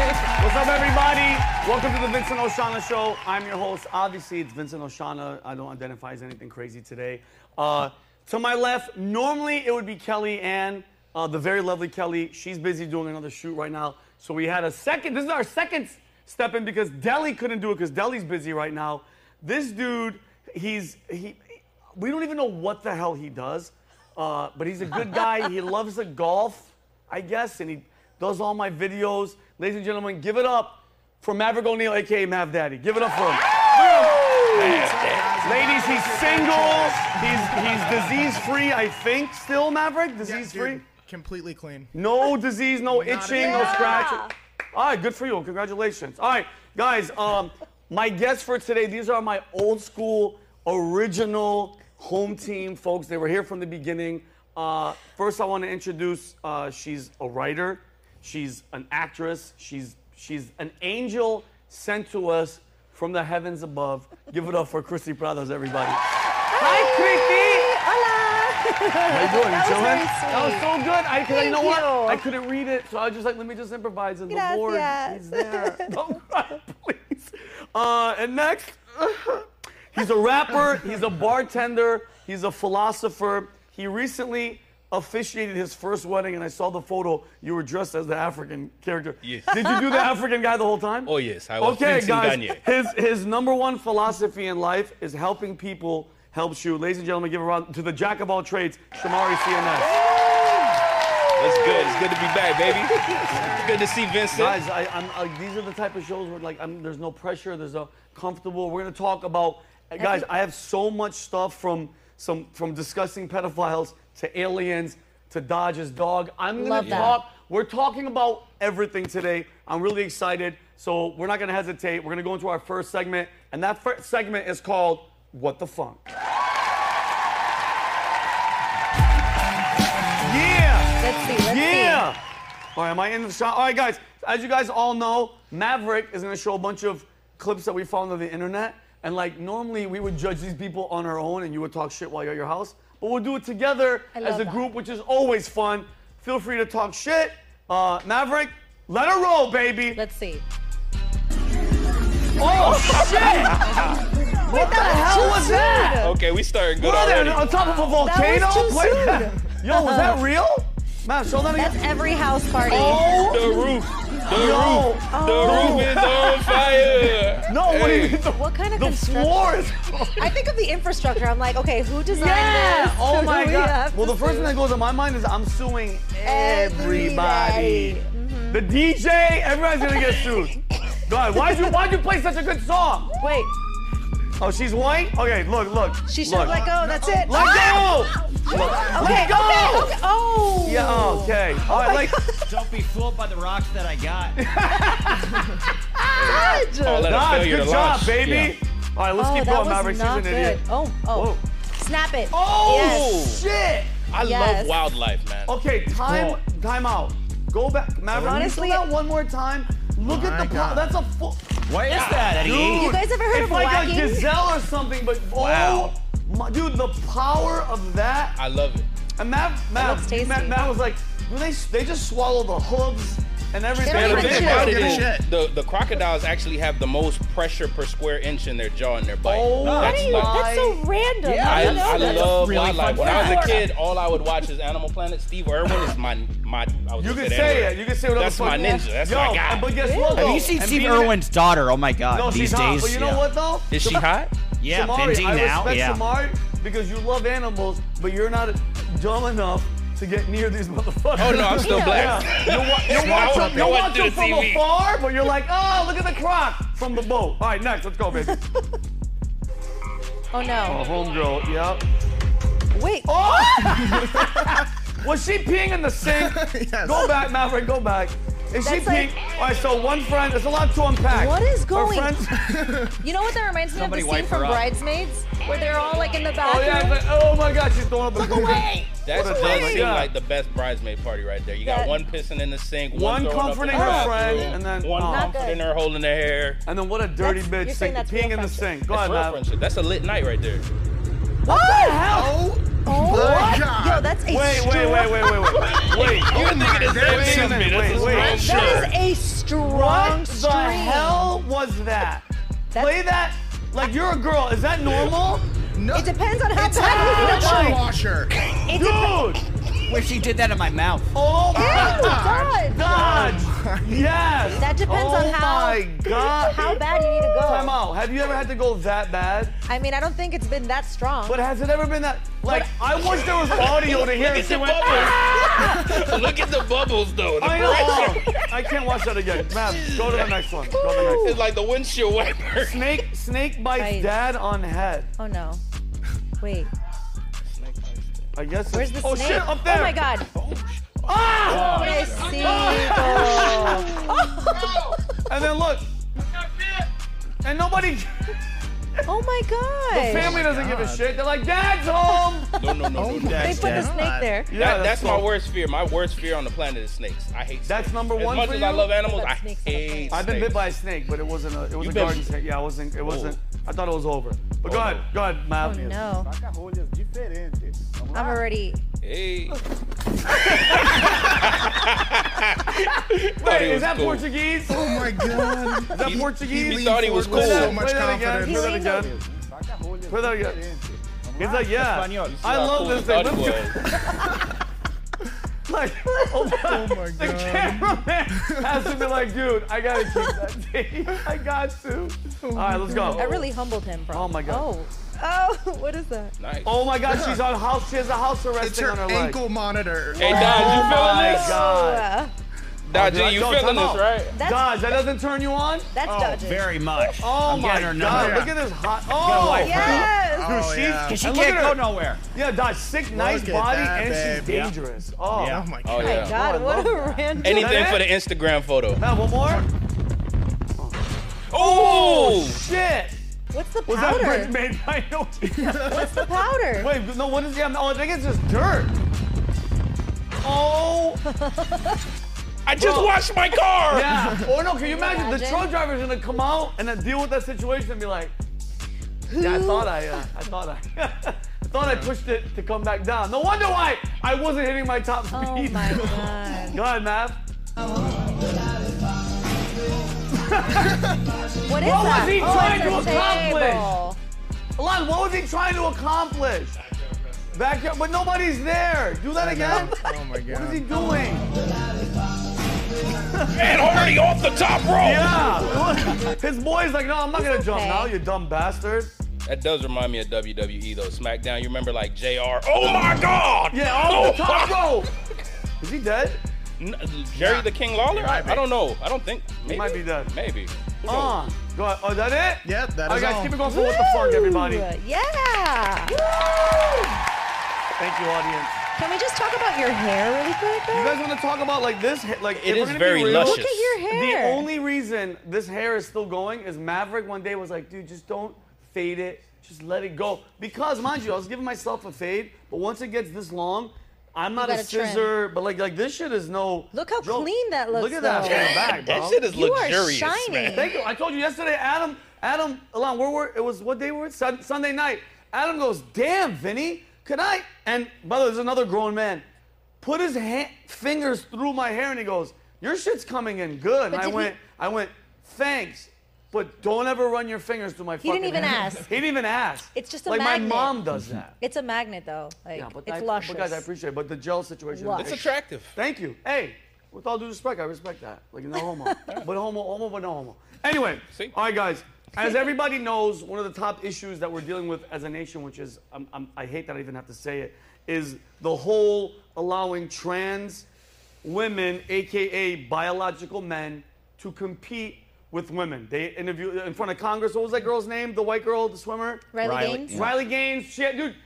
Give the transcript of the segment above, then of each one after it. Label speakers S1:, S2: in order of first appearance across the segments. S1: up, everybody? Welcome to the Vincent O'Shana Show. I'm your host. Obviously, it's Vincent O'Shana. I don't identify as anything crazy today. Uh, to my left, normally it would be Kelly Ann, uh, the very lovely Kelly. She's busy doing another shoot right now. So we had a second, this is our second step in because Deli couldn't do it because Deli's busy right now. This dude, he's, he, we don't even know what the hell he does, uh, but he's a good guy. he loves the golf, I guess, and he does all my videos. Ladies and gentlemen, give it up for Maverick O'Neal, aka Mav Daddy. Give it up for him. Ladies, he's single. He's he's disease free, I think. Still, Maverick, disease free.
S2: Dude, completely clean.
S1: No disease, no itching, no scratching. All right, good for you. Congratulations. All right, guys. Um, my guests for today. These are my old school, original home team folks. They were here from the beginning. Uh, first, I want to introduce. Uh, she's a writer. She's an actress. She's she's an angel sent to us from the heavens above. Give it up for Christy Prados, everybody. Hi, Christy. How you doing? You
S3: That was
S1: chilling?
S3: very
S1: That was
S3: sweet.
S1: so good. I, 'cause I- you
S3: Thank
S1: know what?
S3: you.
S1: I couldn't read it, so I was just like, let me just improvise. And the board
S3: Gracias.
S1: is there. Don't cry, please. Uh, and next, he's a rapper. He's a bartender. He's a philosopher. He recently officiated his first wedding, and I saw the photo. You were dressed as the African character.
S4: Yes.
S1: Did you do the African guy the whole time?
S4: Oh, yes, I was
S1: okay,
S4: Prince
S1: guys.
S4: Ndanye.
S1: His his number one philosophy in life is helping people helps you. Ladies and gentlemen, give a round to the jack of all trades, Shamari CNS.
S4: It's good. It's good to be back, baby. It's good to see Vincent.
S1: Guys, I, I'm, I, these are the type of shows where like I'm, there's no pressure, there's a comfortable. We're gonna talk about guys. I have so much stuff from some from discussing pedophiles to aliens to Dodge's dog. I'm gonna
S3: Love that.
S1: talk. We're talking about everything today. I'm really excited. So we're not gonna hesitate. We're gonna go into our first segment, and that first segment is called "What the Funk." Yeah.
S3: Let's see. Let's
S1: Yeah. All right, am I in the shot? All right, guys. As you guys all know, Maverick is gonna show a bunch of clips that we found on the internet, and like normally we would judge these people on our own, and you would talk shit while you're at your house. But we'll do it together
S3: I
S1: as
S3: love
S1: a
S3: that.
S1: group, which is always fun. Feel free to talk shit. Uh, Maverick, let her roll, baby.
S3: see. Let's see.
S1: oh shit! what the hell was that?
S4: okay, we started good
S1: What
S4: already.
S1: on top of a volcano?
S3: That was too
S1: Wait,
S3: soon.
S1: Yo, was that real? Mav, show that again.
S3: That's every house party.
S1: oh
S4: The roof. The
S1: Yo.
S4: roof. The roof is
S1: Oh.
S4: on fire.
S1: No, what do you
S4: Hey.
S1: mean? The,
S3: What kind of
S1: the
S3: construction?
S1: floor is.
S3: I think of the infrastructure. I'm like, okay, who designed this?
S1: Oh
S3: Who do
S1: my
S3: we
S1: god.
S3: have
S1: Well,
S3: to
S1: the first
S3: sue?
S1: thing that goes in my mind is I'm suing everybody.
S3: Everybody.
S1: The DJ, everybody's gonna get sued. God, why'd you why'd you play such a good song?
S3: Wait,
S1: Oh, she's white. Okay, look, look.
S3: she should
S1: look.
S3: have let go. That's it.
S1: Let
S3: Ah!
S1: go.
S3: Okay,
S1: Let go.
S3: okay, okay. Oh.
S1: Yeah. Okay. All right. Like.
S5: Don't be fooled by the rocks that I got.
S4: All that
S1: Nah,
S4: failure
S1: good
S4: to
S1: job,
S4: launch.
S1: baby.
S4: Yeah.
S1: All right, let's
S3: Oh,
S1: keep
S3: that
S1: going,
S3: was
S1: Maverick. She's
S3: not
S1: an idiot.
S3: good. Oh, oh.
S1: Whoa.
S3: Snap it.
S1: Oh
S3: Yes.
S1: shit.
S4: I
S3: Yes.
S4: love wildlife, man.
S1: Okay, time time out. Go back, Maverick. can you
S3: Honestly-
S1: do that one more time. Look at the pl- that's a full.
S5: What is that, Eddie?
S1: Dude,
S3: You guys ever heard
S1: it's
S3: of
S1: like
S3: whacking?
S1: a gazelle or something, but
S4: Wow.
S1: oh, my, dude, the power of that.
S4: I love it.
S1: And Matt, Matt,
S3: looks tasty.
S1: Matt, Matt was like, do they they just swallow the hooves and everything?
S3: They don't
S4: the
S3: even
S4: thing
S3: shit.
S4: about it
S2: Give a
S4: is
S2: shit.
S4: the, the crocodiles actually have the most pressure per square inch in their jaw and their bite.
S1: Oh, How
S4: that's
S1: do you-
S4: why-
S3: That's so random.
S5: Yeah,
S3: I
S4: I,
S3: didn't know
S4: I
S3: that.
S4: love
S5: really
S4: wildlife.
S5: fun
S4: When I was
S5: fact.
S4: a kid, all I would watch is Animal Planet. Steve Irwin is my my. I was
S1: you
S4: gonna
S1: can
S4: that
S1: say
S4: word.
S1: it. You can say whatever.
S4: That's
S1: the
S4: my
S1: fuck-
S4: ninja. That's
S1: Yo,
S4: my guy.
S1: But guess what?
S3: Really?
S1: though?
S5: Have you seen
S1: And
S5: Steve
S1: being-
S5: Irwin's daughter? Oh my God.
S1: No, she's
S5: These days.
S1: hot. But you know
S5: yeah.
S1: what though?
S4: Is she hot?
S5: Yeah,
S1: Shamari,
S5: bending
S1: I
S5: now.
S1: respect
S5: Yeah.
S1: Shamari because you love animals, but you're not dumb enough to get near these motherfuckers.
S4: Oh no, I'm still
S3: Yeah.
S4: black.
S1: You watch
S4: Smile
S1: them, you
S4: going
S1: watch them
S4: through the
S1: from
S4: TV.
S1: afar, but you're like, oh, look at the croc from the boat. All right, next, let's go, baby.
S3: Oh no.
S1: homegirl, yep.
S3: Wait.
S1: Oh! Was she peeing in the sink?
S2: Yes.
S1: Go back, Maverick, go back. Is she
S3: That's like-
S1: peeing? All right, so one friend, there's a lot to unpack.
S3: What is
S1: Her
S3: going-
S1: friends-
S3: You know what that reminds me
S5: Somebody
S3: of the
S5: wipe
S3: scene from
S5: her up.
S3: Bridesmaids, where they're all like in the
S1: Oh,
S3: bathroom.
S1: yeah, but, oh my God, she's throwing up a
S3: Look away.
S4: That
S1: What a
S4: does
S1: waste.
S4: seem like the best bridesmaid party right there. You got
S3: That-
S4: one pissing in the sink, one,
S1: One
S4: throwing up
S1: comforting
S4: in the
S1: her
S4: bathroom,
S1: friend, and then
S4: one
S1: oh.
S3: Not
S4: comforting
S3: good.
S4: her, holding her hair.
S1: And then what a dirty
S3: That's-
S1: bitch
S3: you're
S1: saying
S3: saying that's
S1: peeing
S3: real
S1: in the
S3: friendship.
S1: sink. Go
S4: That's
S1: ahead,
S4: real
S1: Mav.
S4: friendship. That's a lit night right there.
S1: What the
S2: Oh,
S1: hell?
S3: Oh,
S2: my
S3: Yo,
S2: God.
S3: that's a
S1: Wait, wait,
S3: strong-
S1: wait, wait, wait, wait. Wait.
S4: You're thinking the
S2: goodness.
S4: same thing as me.
S1: Wait,
S4: That's
S1: wait,
S4: a
S1: wait.
S4: strong
S1: That
S3: That
S4: shirt.
S3: is a strong
S1: What the
S3: stream.
S1: hell was that? Play that. Like you're a girl. Is that normal?
S3: It depends on how bad you
S1: Like,
S6: washer.
S3: feel. It depends.
S1: dude.
S7: Wish he did that in my mouth.
S1: Oh my
S3: God.
S1: God. Yes.
S3: That depends
S1: oh
S3: on how-
S1: my God.
S3: How bad you need to go.
S1: Time out. Have you ever had to go that bad?
S3: I mean, I don't think it's been that strong.
S1: But has it ever been that? Like I wish there was audio to hear.
S4: Look
S1: if
S4: at
S1: she
S4: the
S1: went,
S4: bubbles. Look at the bubbles, though. The
S1: I know. I can't watch that again. Ma'am, go to the next one. Go to the next one.
S4: It's like the windshield wiper.
S1: Snake snake bites
S3: Right.
S1: dad on head.
S3: oh no. Wait.
S1: I guess.
S3: Where's the
S1: it's, oh
S3: snake?
S1: shit! Up there.
S3: Oh my God.
S1: Ah!
S3: I see. Oh.
S1: And then look. And nobody,
S3: Oh my God.
S1: family doesn't give a shit. They're like, Dad's home.
S4: No, no,
S1: Oh
S4: no, no. no.
S3: They put the snake there.
S1: Yeah,
S4: That, that's my
S1: all.
S4: worst fear. My worst fear on the planet is snakes. I hate snakes.
S1: That's number
S4: as
S1: one
S4: much
S1: for
S4: as
S1: you?
S4: I love animals,
S3: But
S4: I
S3: snakes on the
S4: hate
S3: plane.
S4: snakes.
S1: I've been bit by a snake, but it wasn't a. It was a
S4: You've been-
S1: garden snake. Yeah, I wasn't. It wasn't. I thought it was over. But go
S4: Oh.
S1: ahead. Go ahead,
S3: Oh
S1: Mav.
S3: no.
S6: Saca-rolhas diferentes. Vamos
S3: I'm
S6: lá.
S3: already.
S4: Hey.
S1: Wait, is that Portuguese? Is
S5: Oh my god.
S1: that
S4: He-
S1: Portuguese?
S4: he thought he was
S1: Play that-
S4: cool.
S5: So much
S1: play that again,
S5: confidence.
S1: Play that again.
S6: Saca-rolhas
S1: Put that again.
S6: diferentes. Vamos
S1: He's
S6: lá.
S1: like, yeah. I love this thing. Let's go. Like, oh my,
S5: my
S1: the
S5: God.
S1: cameraman has to be like, dude, I gotta keep that thing. I got to. All right, let's go.
S3: Oh I really humbled him, bro.
S1: Oh, my God.
S3: Oh. Oh, what is that?
S4: Nice.
S1: Oh my God, she's on house. She has a house arrest
S5: It's
S1: thing
S5: her
S1: on her
S5: ankle
S1: leg.
S5: monitor.
S4: Hey, Dodge,
S1: Oh
S4: you
S1: my
S4: feeling this?
S1: God,
S3: Uh,
S1: God.
S4: Dodge,
S1: Yo,
S4: you feeling
S1: time
S4: this,
S1: out.
S4: right?
S3: that's
S1: Dodge, that doesn't turn you on?
S3: that's
S7: Oh,
S3: dodging.
S7: very much.
S1: Oh
S7: I'm
S1: my
S7: getting her
S1: God,
S7: number.
S1: look at this hot. Oh,
S7: wipe her.
S3: Yes.
S1: dude,
S5: Oh,
S1: she's
S5: yeah.
S7: 'Cause she
S1: and look
S7: can't
S1: at
S7: go
S1: her.
S7: nowhere.
S1: Yeah, Dodge, sick, nice
S5: at
S1: body,
S5: that,
S1: and she's
S5: babe. Yeah.
S1: dangerous. Oh,
S7: Yeah.
S5: Oh my
S4: Oh,
S5: god.
S3: my
S4: yeah.
S1: Oh, I
S3: God, what a
S1: love that.
S3: random.
S4: Anything
S1: That
S4: for the
S1: it?
S4: Instagram photo.
S1: Now, one more.
S4: Oh!
S1: Shit.
S3: What's the
S1: Was
S3: powder?
S1: that bridge made by no?
S3: What's the powder?
S1: Wait, no, what is yeah? No, I think it's just dirt. Oh,
S4: I just
S1: Bro.
S4: washed my car!
S1: yeah. Or no, can you imagine? The
S3: Imagine.
S1: truck driver's gonna come out and then deal with that situation and be like, yeah, I thought I, uh, I thought I, I thought I pushed it to come back down. No wonder why I wasn't hitting my top
S3: Oh
S1: speed.
S3: my God.
S1: Go ahead, Mav.
S3: What is
S1: What was
S3: that?
S1: he
S3: oh,
S1: trying
S3: it's a
S1: to accomplish?
S3: table.
S1: Alon, what was he trying to accomplish? Backyard, but nobody's there. Do that again.
S5: Oh my god.
S1: What is he doing?
S4: Man, already off the top rope!
S1: Yeah. His boy's like, no, I'm not gonna jump
S3: okay.
S1: now, you dumb bastard.
S4: That does remind me of WWE though. SmackDown, you remember like JR. Oh my God! Oh,
S1: Yeah, off the top
S4: my-
S1: rope. Is he dead?
S4: N- Jerry the King Lawler? I, I don't know. I don't think. Maybe.
S1: might be dead.
S4: Maybe. Who knows?
S1: Uh, go ahead. Oh, is that it?
S5: Yep, that
S1: All
S5: is
S1: right, guys,
S5: all.
S1: keep it going for what the fuck,
S3: Woo!
S1: everybody.
S3: Yeah.
S1: Thank you, audience.
S3: Can we just talk about your hair really quick?
S1: You
S3: Though?
S1: guys want to talk about like this? ha- Like, if
S4: It
S1: we're
S4: is
S1: gonna be
S4: very
S1: real,
S4: luscious.
S3: Look at your hair.
S1: The only reason this hair is still going is Maverick one day was like, dude, just don't fade it. Just let it go. Because mind you, I was giving myself a fade, but once it gets this long, I'm not a
S3: gotta trim.
S1: scissor, but like like this shit is no.
S3: Look how
S1: joke.
S3: clean that looks,
S1: Look at that
S3: though.
S1: from the back, bro.
S4: That shit is
S3: You are
S4: luxurious,
S3: shiny.
S4: man.
S1: Thank you. I told you yesterday, Adam, Adam, Alon, where were, it was, what day were it? Sun, Sunday night. Adam goes, damn, Vinny, can I? And by the way, there's another grown man. Put his ha- fingers through my hair and he goes, your shit's coming in good.
S3: But
S1: and I
S3: did he-
S1: went, I went, thanks, but don't ever run your fingers through my
S3: He didn't
S1: fucking
S3: even
S1: hair."
S3: ask.
S1: he didn't even ask.
S3: It's just a
S1: Like
S3: magnet.
S1: my mom does that.
S3: It's a magnet, though. Like, it's
S1: I,
S3: luscious.
S1: But guys, I appreciate it. But the gel situation.
S3: Lush.
S4: It's attractive.
S1: Thank you. Hey, with all due respect, I respect that. Like no homo, but homo, homo, but no homo. Anyway,
S4: See?
S1: all right, guys. As everybody knows, one of the top issues that we're dealing with as a nation, which is I'm, I'm, I hate that I even have to say it, is the whole allowing trans women, aka biological men, to compete with women. They interviewed in front of Congress. What was that girl's name? The white girl, the swimmer.
S3: Riley,
S7: Riley,
S3: Gaines?
S7: yeah.
S1: Riley Gaines, shit, dude.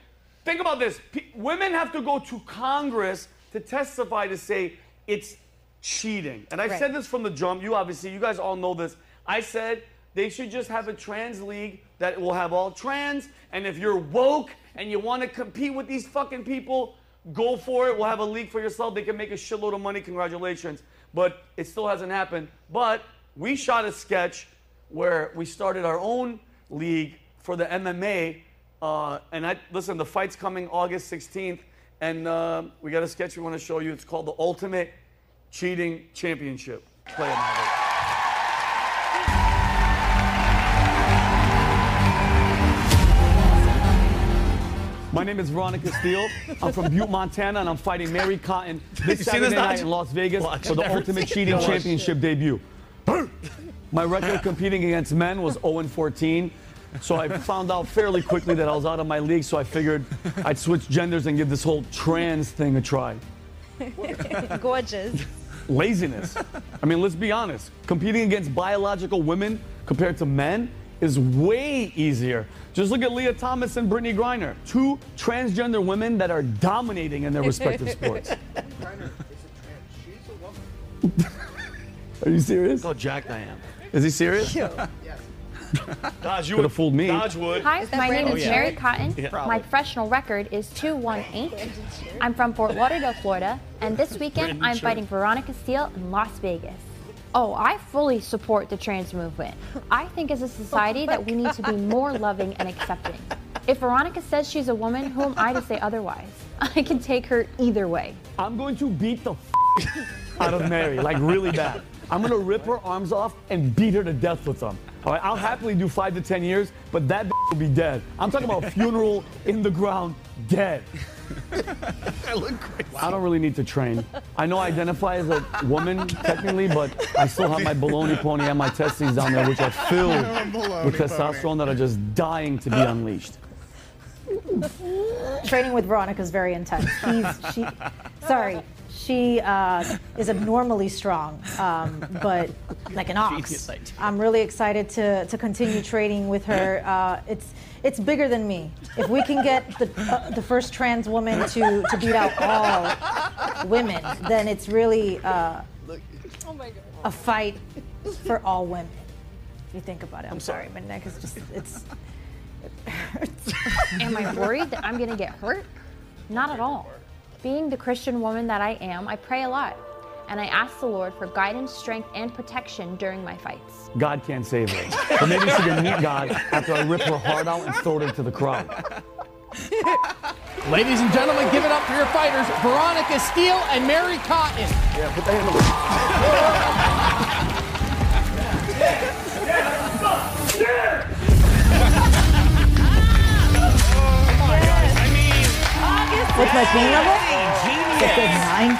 S1: Think about this. P- women have to go to Congress to testify to say it's cheating. And I
S3: Right.
S1: said this from the jump. You obviously, you guys all know this. I said they should just have a trans league that will have all trans. And if you're woke and you want to compete with these fucking people, go for it. We'll have a league for yourself. They can make a shitload of money. Congratulations. But it still hasn't happened. But we shot a sketch where we started our own league for the MMA. Uh, and I listen, the fight's coming August 16th, and uh, we got a sketch we want to show you. It's called the Ultimate Cheating Championship. Play it, Maverick.
S8: My name is Ron Castillo. I'm from Butte, Montana, and I'm fighting Mary Cotton this
S4: You seen
S8: Saturday
S4: this,
S8: night
S4: Nigel?
S8: in Las Vegas
S4: Watch.
S8: for the
S4: Never
S8: Ultimate
S4: seen it.
S8: Cheating
S4: Watch.
S8: Championship debut. My record competing against men was 0 and 14. So I found out fairly quickly that I was out of my league, so I figured I'd switch genders and give this whole trans thing a try.
S3: Gorgeous.
S8: Laziness. I mean, let's be honest. Competing against biological women compared to men is way easier. Just look at Leah Thomas and Brittany Griner, two transgender women that are dominating in their respective sports. Are you serious?
S1: How jacked I am.
S8: Is he serious?
S1: Dodge, you
S8: Could have fooled me.
S1: Dodge would.
S9: Hi,
S3: that
S9: my name
S3: Brandon
S9: is
S3: Cherry?
S9: Mary Cotton. My
S1: Probably.
S9: professional record is 218. I'm from Fort Lauderdale, Florida, and this weekend I'm fighting Veronica Steele in Las Vegas. Oh, I fully support the trans movement. I think as a society that we need to be more loving and accepting. If Veronica says she's a woman, who am I to say otherwise? I can take her either way.
S8: I'm going to beat the f- out of Mary, like really bad. I'm gonna rip her arms off and beat her to death with them. All right, I'll happily do five to ten years, but that b- will be dead. I'm talking about funeral in the ground, dead.
S1: I look crazy.
S8: I don't really need to train. I know I identify as a woman technically, but I still have my baloney pony and my testes down there, which are filled with testosterone that are just dying to be unleashed.
S10: training with Veronica is very intense. He's, she, sorry, she uh, is abnormally strong, um, but like an
S11: is
S10: ox.
S11: like-
S10: I'm really excited to, to continue training with her. Uh, it's it's bigger than me. If we can get the uh, the first trans woman to to beat out all women, then it's really uh, a fight for all women. If you think about it, I'm, sorry, my neck is just it's.
S9: Am I worried that I'm going to get hurt? Not at all. Being the Christian woman that I am, I pray a lot. And I ask the Lord for guidance, strength, and protection during my fights.
S8: God can't save her. But maybe she can meet God after I rip her heart out and throw it into the crowd.
S12: Ladies and gentlemen, give it up for your fighters, Veronica Steele and Mary Cotton.
S6: Yeah, put the hand away.
S10: What's my pain level?
S11: Genius.
S10: Nine.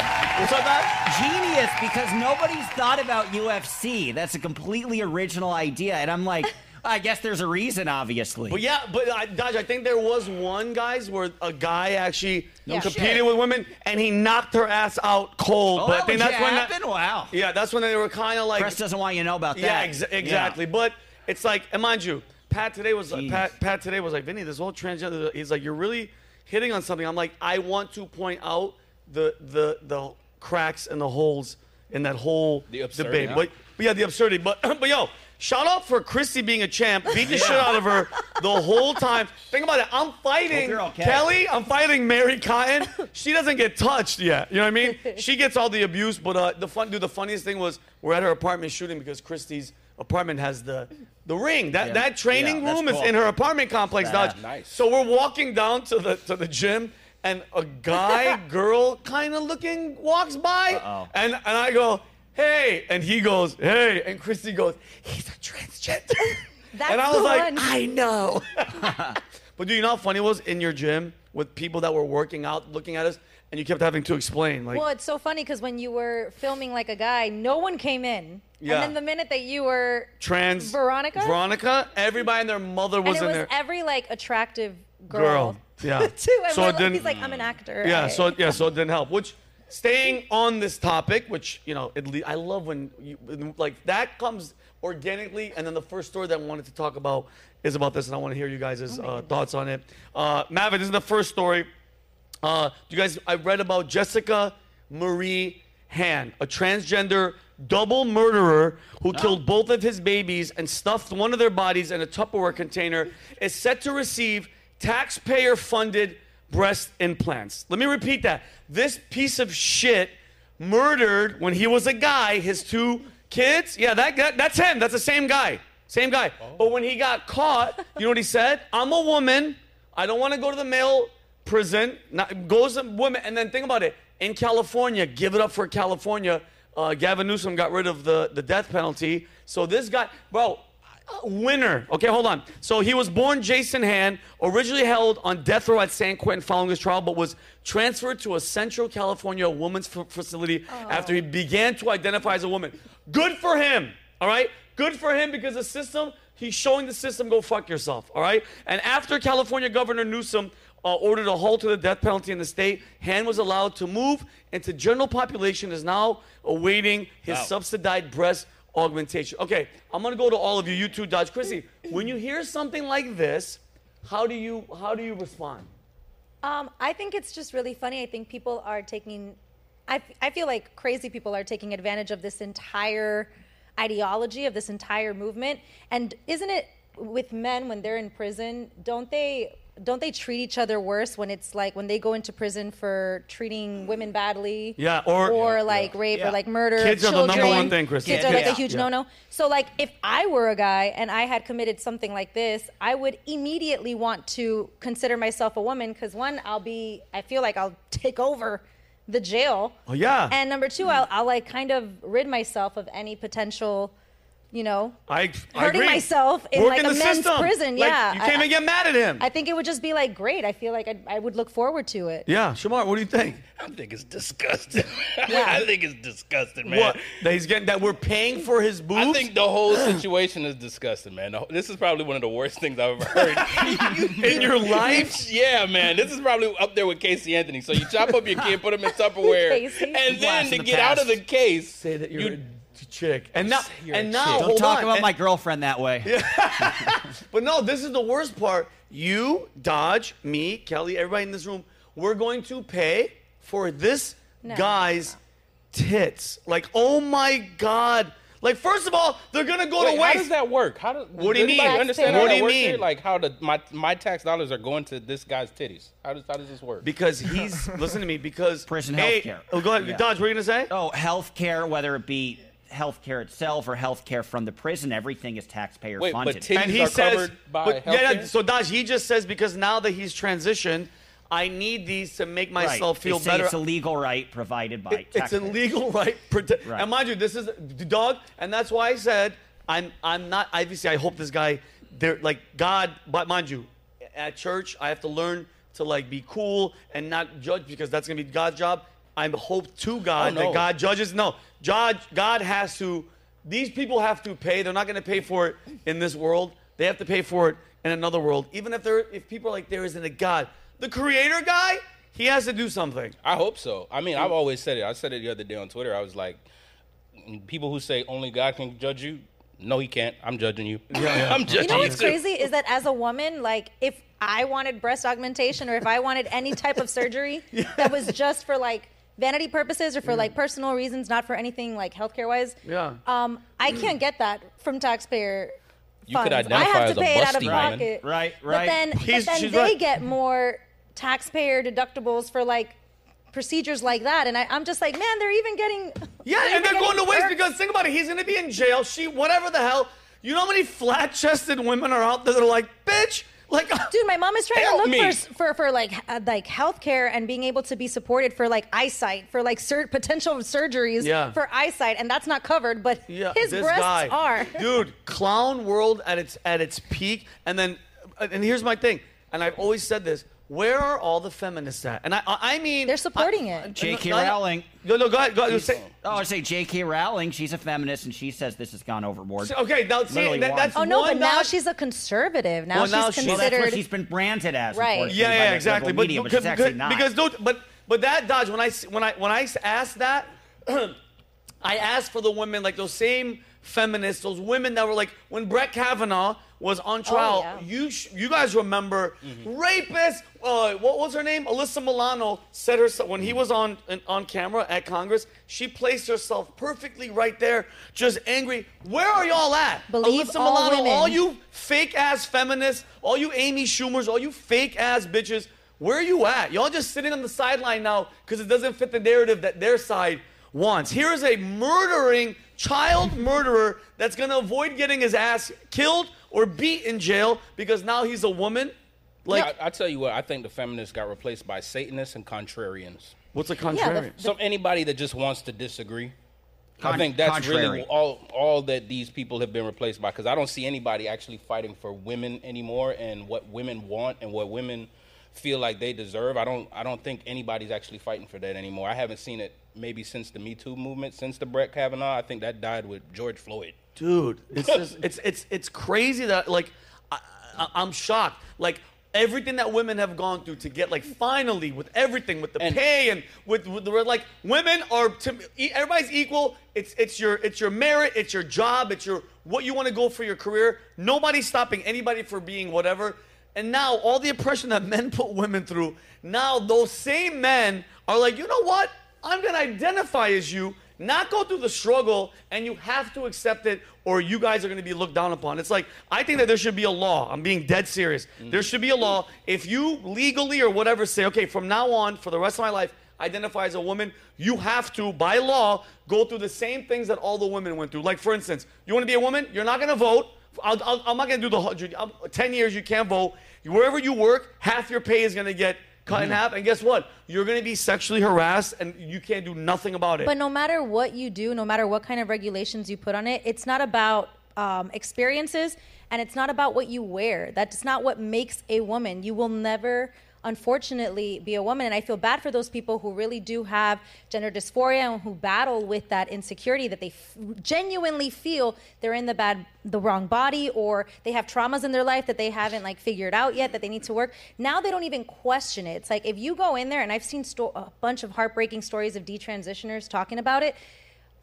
S4: What's up, Dodge?
S11: Genius because nobody's thought about UFC. That's a completely original idea. And I'm like, I guess there's a reason, obviously.
S1: But yeah, but I, Dodge, I think there was one, guys, where a guy actually
S3: No
S1: competed
S11: shit.
S1: with women and he knocked her ass out cold.
S11: Oh,
S1: but I
S11: that
S1: think
S11: would
S1: that's when
S11: happen? Wow.
S1: Yeah, that's when they were kind of like.
S11: Press doesn't want you to know about that.
S1: yeah, ex- exactly. But it's like, and mind you, Pat today was like,
S11: Jeez.
S1: Pat, Pat today was like, Vinny, this whole transgender. He's like, you're really hitting on something. I'm like, I want to point out the the the cracks and the holes in that whole
S4: The absurdity.
S1: debate. But, but yeah, the absurdity. But but yo. Shout out for Christy being a champ, beat the shit out of her the whole time. Think about it. I'm fighting
S11: Well, girl, Kat.
S1: Kelly. I'm fighting Mary Cotton. She doesn't get touched yet. You know what I mean? She gets all the abuse, but uh, the fun, dude. The funniest thing was we're at her apartment shooting because Christy's apartment has the the ring. That that training
S11: Yeah, that's
S1: room is
S11: cool.
S1: in her apartment complex, Dodge.
S4: nice.
S1: So we're walking down to the to the gym, and a guy, girl, kind of looking walks by, and and I go. Hey, and he goes, hey, and Christy goes, he's a transgender.
S3: That's
S1: and I was
S3: the
S1: like,
S3: one.
S1: I know. But do you know how funny it was in your gym with people that were working out looking at us and you kept having to explain like
S3: Well, it's so funny because when you were filming like a guy, no one came in.
S1: Yeah.
S3: And then the minute that you were
S1: trans
S3: Veronica?
S1: Veronica, everybody and their mother was
S3: and it
S1: in
S3: was
S1: there.
S3: every like attractive girl.
S1: Girl. Yeah.
S3: Too. And
S1: So
S3: so
S1: it didn't-
S3: he's like, I'm an actor.
S1: yeah,
S3: I-
S1: so it- yeah, so it didn't help. Which staying on this topic, which you know, at least I love when you when- like that comes organically and then the first story that I wanted to talk about is about this and I want to hear you guys' uh, thoughts on it. Uh Mavin, this is the first story. Uh, you guys, I read about Jessica Marie Han, a transgender double murderer who killed both of his babies and stuffed one of their bodies in a Tupperware container, is set to receive taxpayer funded breast implants. Let me repeat that. This piece of shit murdered when he was a guy his two kids. Yeah, that, that that's him. That's the same guy. Same guy. But when he got caught, you know what he said? I'm a woman. I don't want to go to the male prison. Not, goes to women, and then think about it. In California, give it up for California. Uh, Gavin Newsom got rid of the, the death penalty. So this guy, bro, winner. Okay, hold on. So he was born Jason Han, originally held on death row at San Quentin following his trial, but was transferred to a Central California women's f- facility after he began to identify as a woman. Good for him. All right? Good for him because the system, he's showing the system go fuck yourself. All right? And after California Governor Newsom uh, ordered a halt to the death penalty in the state, Han was allowed to move into general population is now awaiting his
S4: Wow.
S1: subsidized breast augmentation. Okay, I'm gonna go to all of you. You two, Dodge Chrissy. When you hear something like this, how do you how do you respond?
S3: Um, I think it's just really funny. I think people are taking, I, f- I feel like crazy people are taking advantage of this entire ideology, of this entire movement. And isn't it with men when they're in prison, don't they? Don't they treat each other worse when it's like when they go into prison for treating women badly?
S1: Yeah, or- Yeah,
S3: like rape
S11: Yeah.
S3: or like murder.
S1: Kids are the number
S3: children.
S1: one thing, Christy.
S3: Kids are like
S11: Yeah.
S3: a huge
S1: Yeah.
S3: no-no. So like if I were a guy and I had committed something like this, I would immediately want to consider myself a woman because one, I'll be I feel like I'll take over the jail.
S1: Oh, yeah.
S3: And number two, I'll, I'll like kind of rid myself of any potential, you know.
S1: I, I
S3: Hurting
S1: agree.
S3: myself in,
S1: Work
S3: like,
S1: in
S3: a
S1: the
S3: men's
S1: system.
S3: prison,
S1: Like,
S3: yeah.
S1: you can't
S3: I-
S1: even get mad at him.
S3: I think it would just be like great. I feel like I'd, I would look forward to it.
S1: yeah, Shamar, what do you think?
S4: I think it's disgusting.
S3: Yeah.
S4: I think it's disgusting, man.
S1: What that he's getting that we're paying for his boobs?
S4: I think the whole situation is disgusting, man. The whole- This is probably one of the worst things I've ever heard
S1: in your life.
S4: Yeah, man, this is probably up there with Casey Anthony. So you chop up your kid, put him in Tupperware,
S3: Casey.
S4: and then
S11: Blast
S4: to
S11: in the
S4: get out of the
S11: past.
S4: case,
S1: Say that you're
S4: you-
S1: a chick, and now
S4: you're a
S1: and now
S4: chick.
S11: Don't
S1: hold
S11: talk
S1: on.
S11: about
S1: and-
S11: my girlfriend that way.
S1: But no, this is the worst part. You, Dodge, me, Kelly, everybody in this room, we're going to pay for this
S3: No.
S1: guy's tits. Like, oh my God. Like, first of all, they're going to go
S4: Wait,
S1: to
S4: how
S1: waste.
S4: does that work? How do,
S1: What do you
S4: does
S1: mean?
S4: anybody Understand
S1: What
S4: how
S1: do
S4: that
S1: you
S4: works
S1: mean?
S4: Here? Like how the my my tax dollars are going to this guy's titties? How does how does this work?
S1: because he's, listen to me, because.
S11: Prison
S1: A-
S11: healthcare.
S1: Oh, go ahead,
S11: Yeah.
S1: Dodge, what are you going to say?
S11: Oh, healthcare, whether it be healthcare itself or healthcare from the prison, everything is taxpayer
S4: Wait, but
S11: funded.
S4: titties are covered by
S1: but- yeah,
S4: healthcare.
S1: yeah, so Dodge, he just says, because now that he's transitioned, I need these to make
S11: Right.
S1: myself
S11: They
S1: feel
S11: say
S1: better.
S11: It's a legal right provided by
S1: It- it's a
S11: taxpayers.
S1: legal right, prote-
S11: Right.
S1: And mind you, this is the dog, and that's why I said I'm. I'm not. Obviously, I hope this guy. They're like God, but mind you, at church, I have to learn to like be cool and not judge because that's gonna be God's job. I hope to God
S4: Oh,
S1: that
S4: no.
S1: God judges. No, God, God has to. These people have to pay. They're not gonna pay for it in this world. They have to pay for it in another world. Even if there, if people are like there isn't a God, the Creator guy, he has to do something.
S4: I hope so. I mean, I've always said it. I said it the other day on Twitter. I was like, people who say only God can judge you, no, he can't. I'm judging you. I'm judging
S3: You
S4: you.
S3: know what's
S4: too.
S3: crazy is that as a woman, like if I wanted breast augmentation or if I wanted any type of surgery that was just for like vanity purposes or for like personal reasons, not for anything like healthcare wise,
S1: Yeah.
S3: um, I can't get that from taxpayer.
S4: You could
S3: funds. I
S4: identify
S3: have
S4: as
S3: to
S4: a
S3: pay it out of
S4: busty woman.
S3: pocket.
S11: Right,
S3: But
S11: right.
S3: then,
S1: He's-
S3: but
S1: she's
S3: then they
S1: right.
S3: get more taxpayer deductibles for like procedures like that, and I, I'm just like, man, they're even getting
S1: Yeah, and
S3: even
S1: they're going to
S3: getting
S1: waste
S3: perks.
S1: because think about it. He's going to be in jail. She, whatever the hell. You know how many flat-chested women are out there that are like, bitch, like.
S3: Dude, my mom is trying
S4: Help
S3: to look
S4: me.
S3: for, s- for for like h- uh, like healthcare and being able to be supported for like eyesight, for like sur- potential surgeries
S1: Yeah.
S3: for eyesight, and that's not covered. But
S1: Yeah,
S3: his
S1: this
S3: breasts
S1: guy.
S3: are.
S1: Dude, clown world at its at its peak, and then, and here's my thing, and I've always said this: Where are all the feminists at? And I, I I mean,
S3: They're supporting
S1: I-
S3: it.
S11: J.K.
S1: No, no,
S11: Rowling.
S1: No, no, go ahead, go ahead. Say,
S11: Oh, I say J.K. Rowling. She's a feminist, and she says this has gone overboard.
S1: okay, now see,
S11: Literally
S1: that,
S11: one.
S1: that's
S3: Oh no,
S1: one
S3: but now
S1: not-
S3: she's a conservative. Now
S1: Well,
S3: she's
S1: now she-
S11: well,
S3: considered.
S11: that's what she's been branded as.
S3: Right.
S11: unfortunately,
S1: yeah,
S11: by
S1: yeah,
S11: the
S1: exactly.
S11: liberal
S1: But
S11: media,
S1: but-
S11: which is actually
S1: because-
S11: not.
S1: because no, but but that Dodge when I s- when I when I s- asked that, I asked for the women like those same feminists, those women that were like when Brett Kavanaugh was on trial.
S3: Oh, yeah.
S1: You sh- you guys remember
S11: Mm-hmm.
S1: rapist? Uh, what was her name? Alyssa Milano said herself when
S11: Mm-hmm.
S1: he was on in- on camera at Congress. She placed herself perfectly right there, just angry. Where are y'all at?
S3: Believe
S1: Alyssa
S3: all
S1: Milano,
S3: women.
S1: all you fake ass feminists, all you Amy Schumers, all you fake ass bitches, where are you at? Y'all just sitting on the sideline now because it doesn't fit the narrative that their side wants. Here is a murdering child murderer that's gonna avoid getting his ass killed or beat in jail because now he's a woman. Like,
S4: I, I tell you what, I think the feminists got replaced by Satanists and contrarians.
S1: what's a
S3: yeah,
S1: contrarian?
S3: the,
S4: So anybody that just wants to disagree.
S11: Con-
S4: I think that's
S11: contrary.
S4: really all all that these people have been replaced by because I don't see anybody actually fighting for women anymore and what women want and what women feel like they deserve. I don't I don't think anybody's actually fighting for that anymore. I haven't seen it maybe since the Me Too movement, since the Brett Kavanaugh. I think that died with George Floyd.
S1: dude. It's just, it's it's it's crazy that like I, I, I'm shocked. Like everything that women have gone through to get like finally with everything with the
S4: And-
S1: pay and with, with the like women are to, e- everybody's equal. It's it's your it's your merit, it's your job, it's your what you want to go for your career. Nobody's stopping anybody for being whatever. And now all the oppression that men put women through, now those same men are like, you know what? I'm gonna identify as you, not go through the struggle, and you have to accept it, or you guys are gonna be looked down upon. It's like I think that there should be a law. I'm being dead serious. There should be a law. If you legally or whatever say, okay, from now on, for the rest of my life, identify as a woman, you have to, by law, go through the same things that all the women went through. Like for instance, you wanna be a woman, you're not gonna vote. I'll, I'll, I'm not gonna do the hundred. I'm- Ten years you can't vote. Wherever you work, half your pay is gonna get cut in half. And guess what? You're gonna be sexually harassed, and you can't do nothing about it.
S3: But no matter what you do, no matter what kind of regulations you put on it, it's not about um, experiences and it's not about what you wear. That's not what makes a woman. You will never, unfortunately, be a woman. And I feel bad for those people who really do have gender dysphoria and who battle with that insecurity that they f- genuinely feel they're in the bad, the wrong body, or they have traumas in their life that they haven't like figured out yet that they need to work. Now they don't even question it. It's like if you go in there, and I've seen sto- a bunch of heartbreaking stories of detransitioners talking about it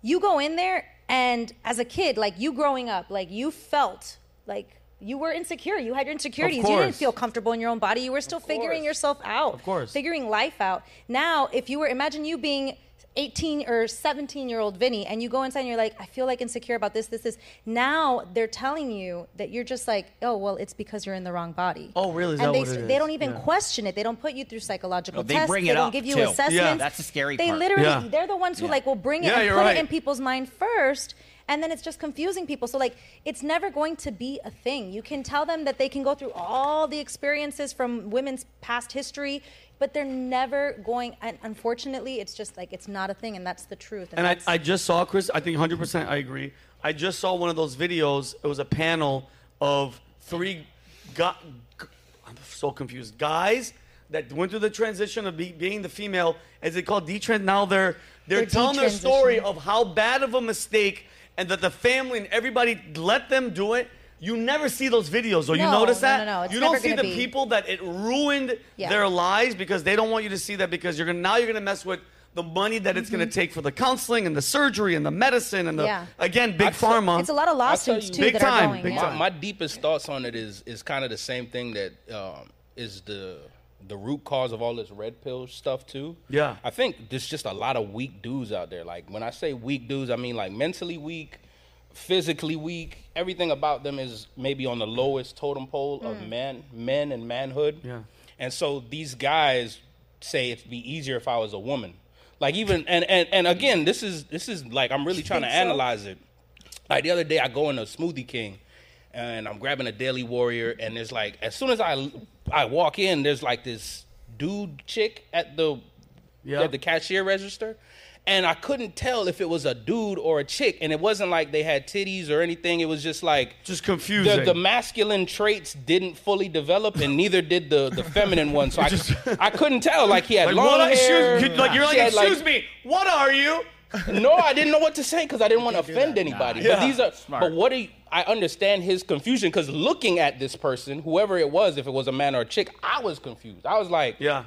S3: you go in there and as a kid like you growing up like you felt like you were insecure you had your insecurities you didn't
S1: course.
S3: feel comfortable in your own body you were still figuring yourself out of
S1: course.
S3: figuring life out now if you were imagine you being 18 or 17 year old Vinny and you go inside and you're like I feel like insecure about this this this now they're telling you that you're just like oh well it's because you're in the wrong body
S1: Oh, really? Is
S3: and
S1: that
S3: they,
S1: what it
S3: they
S1: is?
S3: don't even
S1: Yeah.
S3: question it they don't put you through psychological
S11: No, Oh, they
S3: tests
S11: bring
S3: they
S11: it
S3: don't
S11: up,
S3: give you
S11: too. Yeah.
S3: assessments
S11: That's the scary
S3: they
S11: part.
S3: literally
S1: Yeah.
S3: they're the ones who
S11: Yeah.
S3: like will bring it
S1: Yeah,
S3: and
S1: you're
S3: put
S1: right.
S3: it in people's mind first and then it's just confusing people so like it's never going to be a thing you can tell them that they can go through all the experiences from women's past history but they're never going and unfortunately it's just like it's not a thing and that's the truth
S1: And I,
S3: that's-
S1: I just saw Chris. I think 100%. I agree. I just saw one of those videos. It was a panel of three. Go- g- I'm so confused. Guys that went through the transition of be- being the female, as they call detrans. Now they're they're,
S3: They're
S1: telling their story
S3: detransitioning.
S1: of how bad of a mistake, and that the family and everybody let them do it. You never see those videos, though. you
S3: No,
S1: notice
S3: no, no,
S1: that?
S3: no, it's
S1: you
S3: never
S1: don't see
S3: gonna
S1: the
S3: be.
S1: people that it ruined
S3: Yeah.
S1: their lives because they don't want you to see that because you're gonna now you're gonna mess with the money that it's gonna take for the counseling and the surgery and the medicine and the
S3: Mm-hmm. Yeah.
S1: again big
S4: I'd say-
S1: pharma.
S3: it's a lot of lawsuits
S4: you-
S3: too
S1: Big
S3: that
S1: time,
S3: are going
S1: big
S3: yeah.
S4: My, my deepest thoughts on it is is kind of the same thing that um, is the the root cause of all this red pill stuff too.
S1: Yeah.
S4: I think there's just a lot of weak dudes out there. Like when I say weak dudes, I mean like mentally weak, physically weak. Everything about them is maybe on the lowest totem pole of men, men and manhood.
S1: Yeah.
S4: And so these guys say it'd be easier if I was a woman. Like even and and, and again, this is this is like I'm really trying to analyze it. Like the other day, I go in a Smoothie King, and I'm grabbing a Daily Warrior, and there's like as soon as I I walk in, there's like this dude chick at the
S1: Yeah.
S4: at the cashier register. And I couldn't tell if it was a dude or a chick, and it wasn't like they had titties or anything. It was just like
S1: Just confusing.
S4: The, the masculine traits didn't fully develop, and neither did the, the feminine one. So I, I couldn't tell. Like he had
S1: like,
S4: long
S1: what are-
S4: hair.
S1: excuse, you- like you're
S4: She
S1: like,
S4: had,
S1: excuse me, what are you?
S4: no, I didn't know what to say because I didn't want to offend anybody. But
S1: Yeah.
S4: these are.
S11: Smart.
S4: But what do you, I understand his confusion because looking at this person, whoever it was, if it was a man or a chick, I was confused. I was like,
S1: Yeah.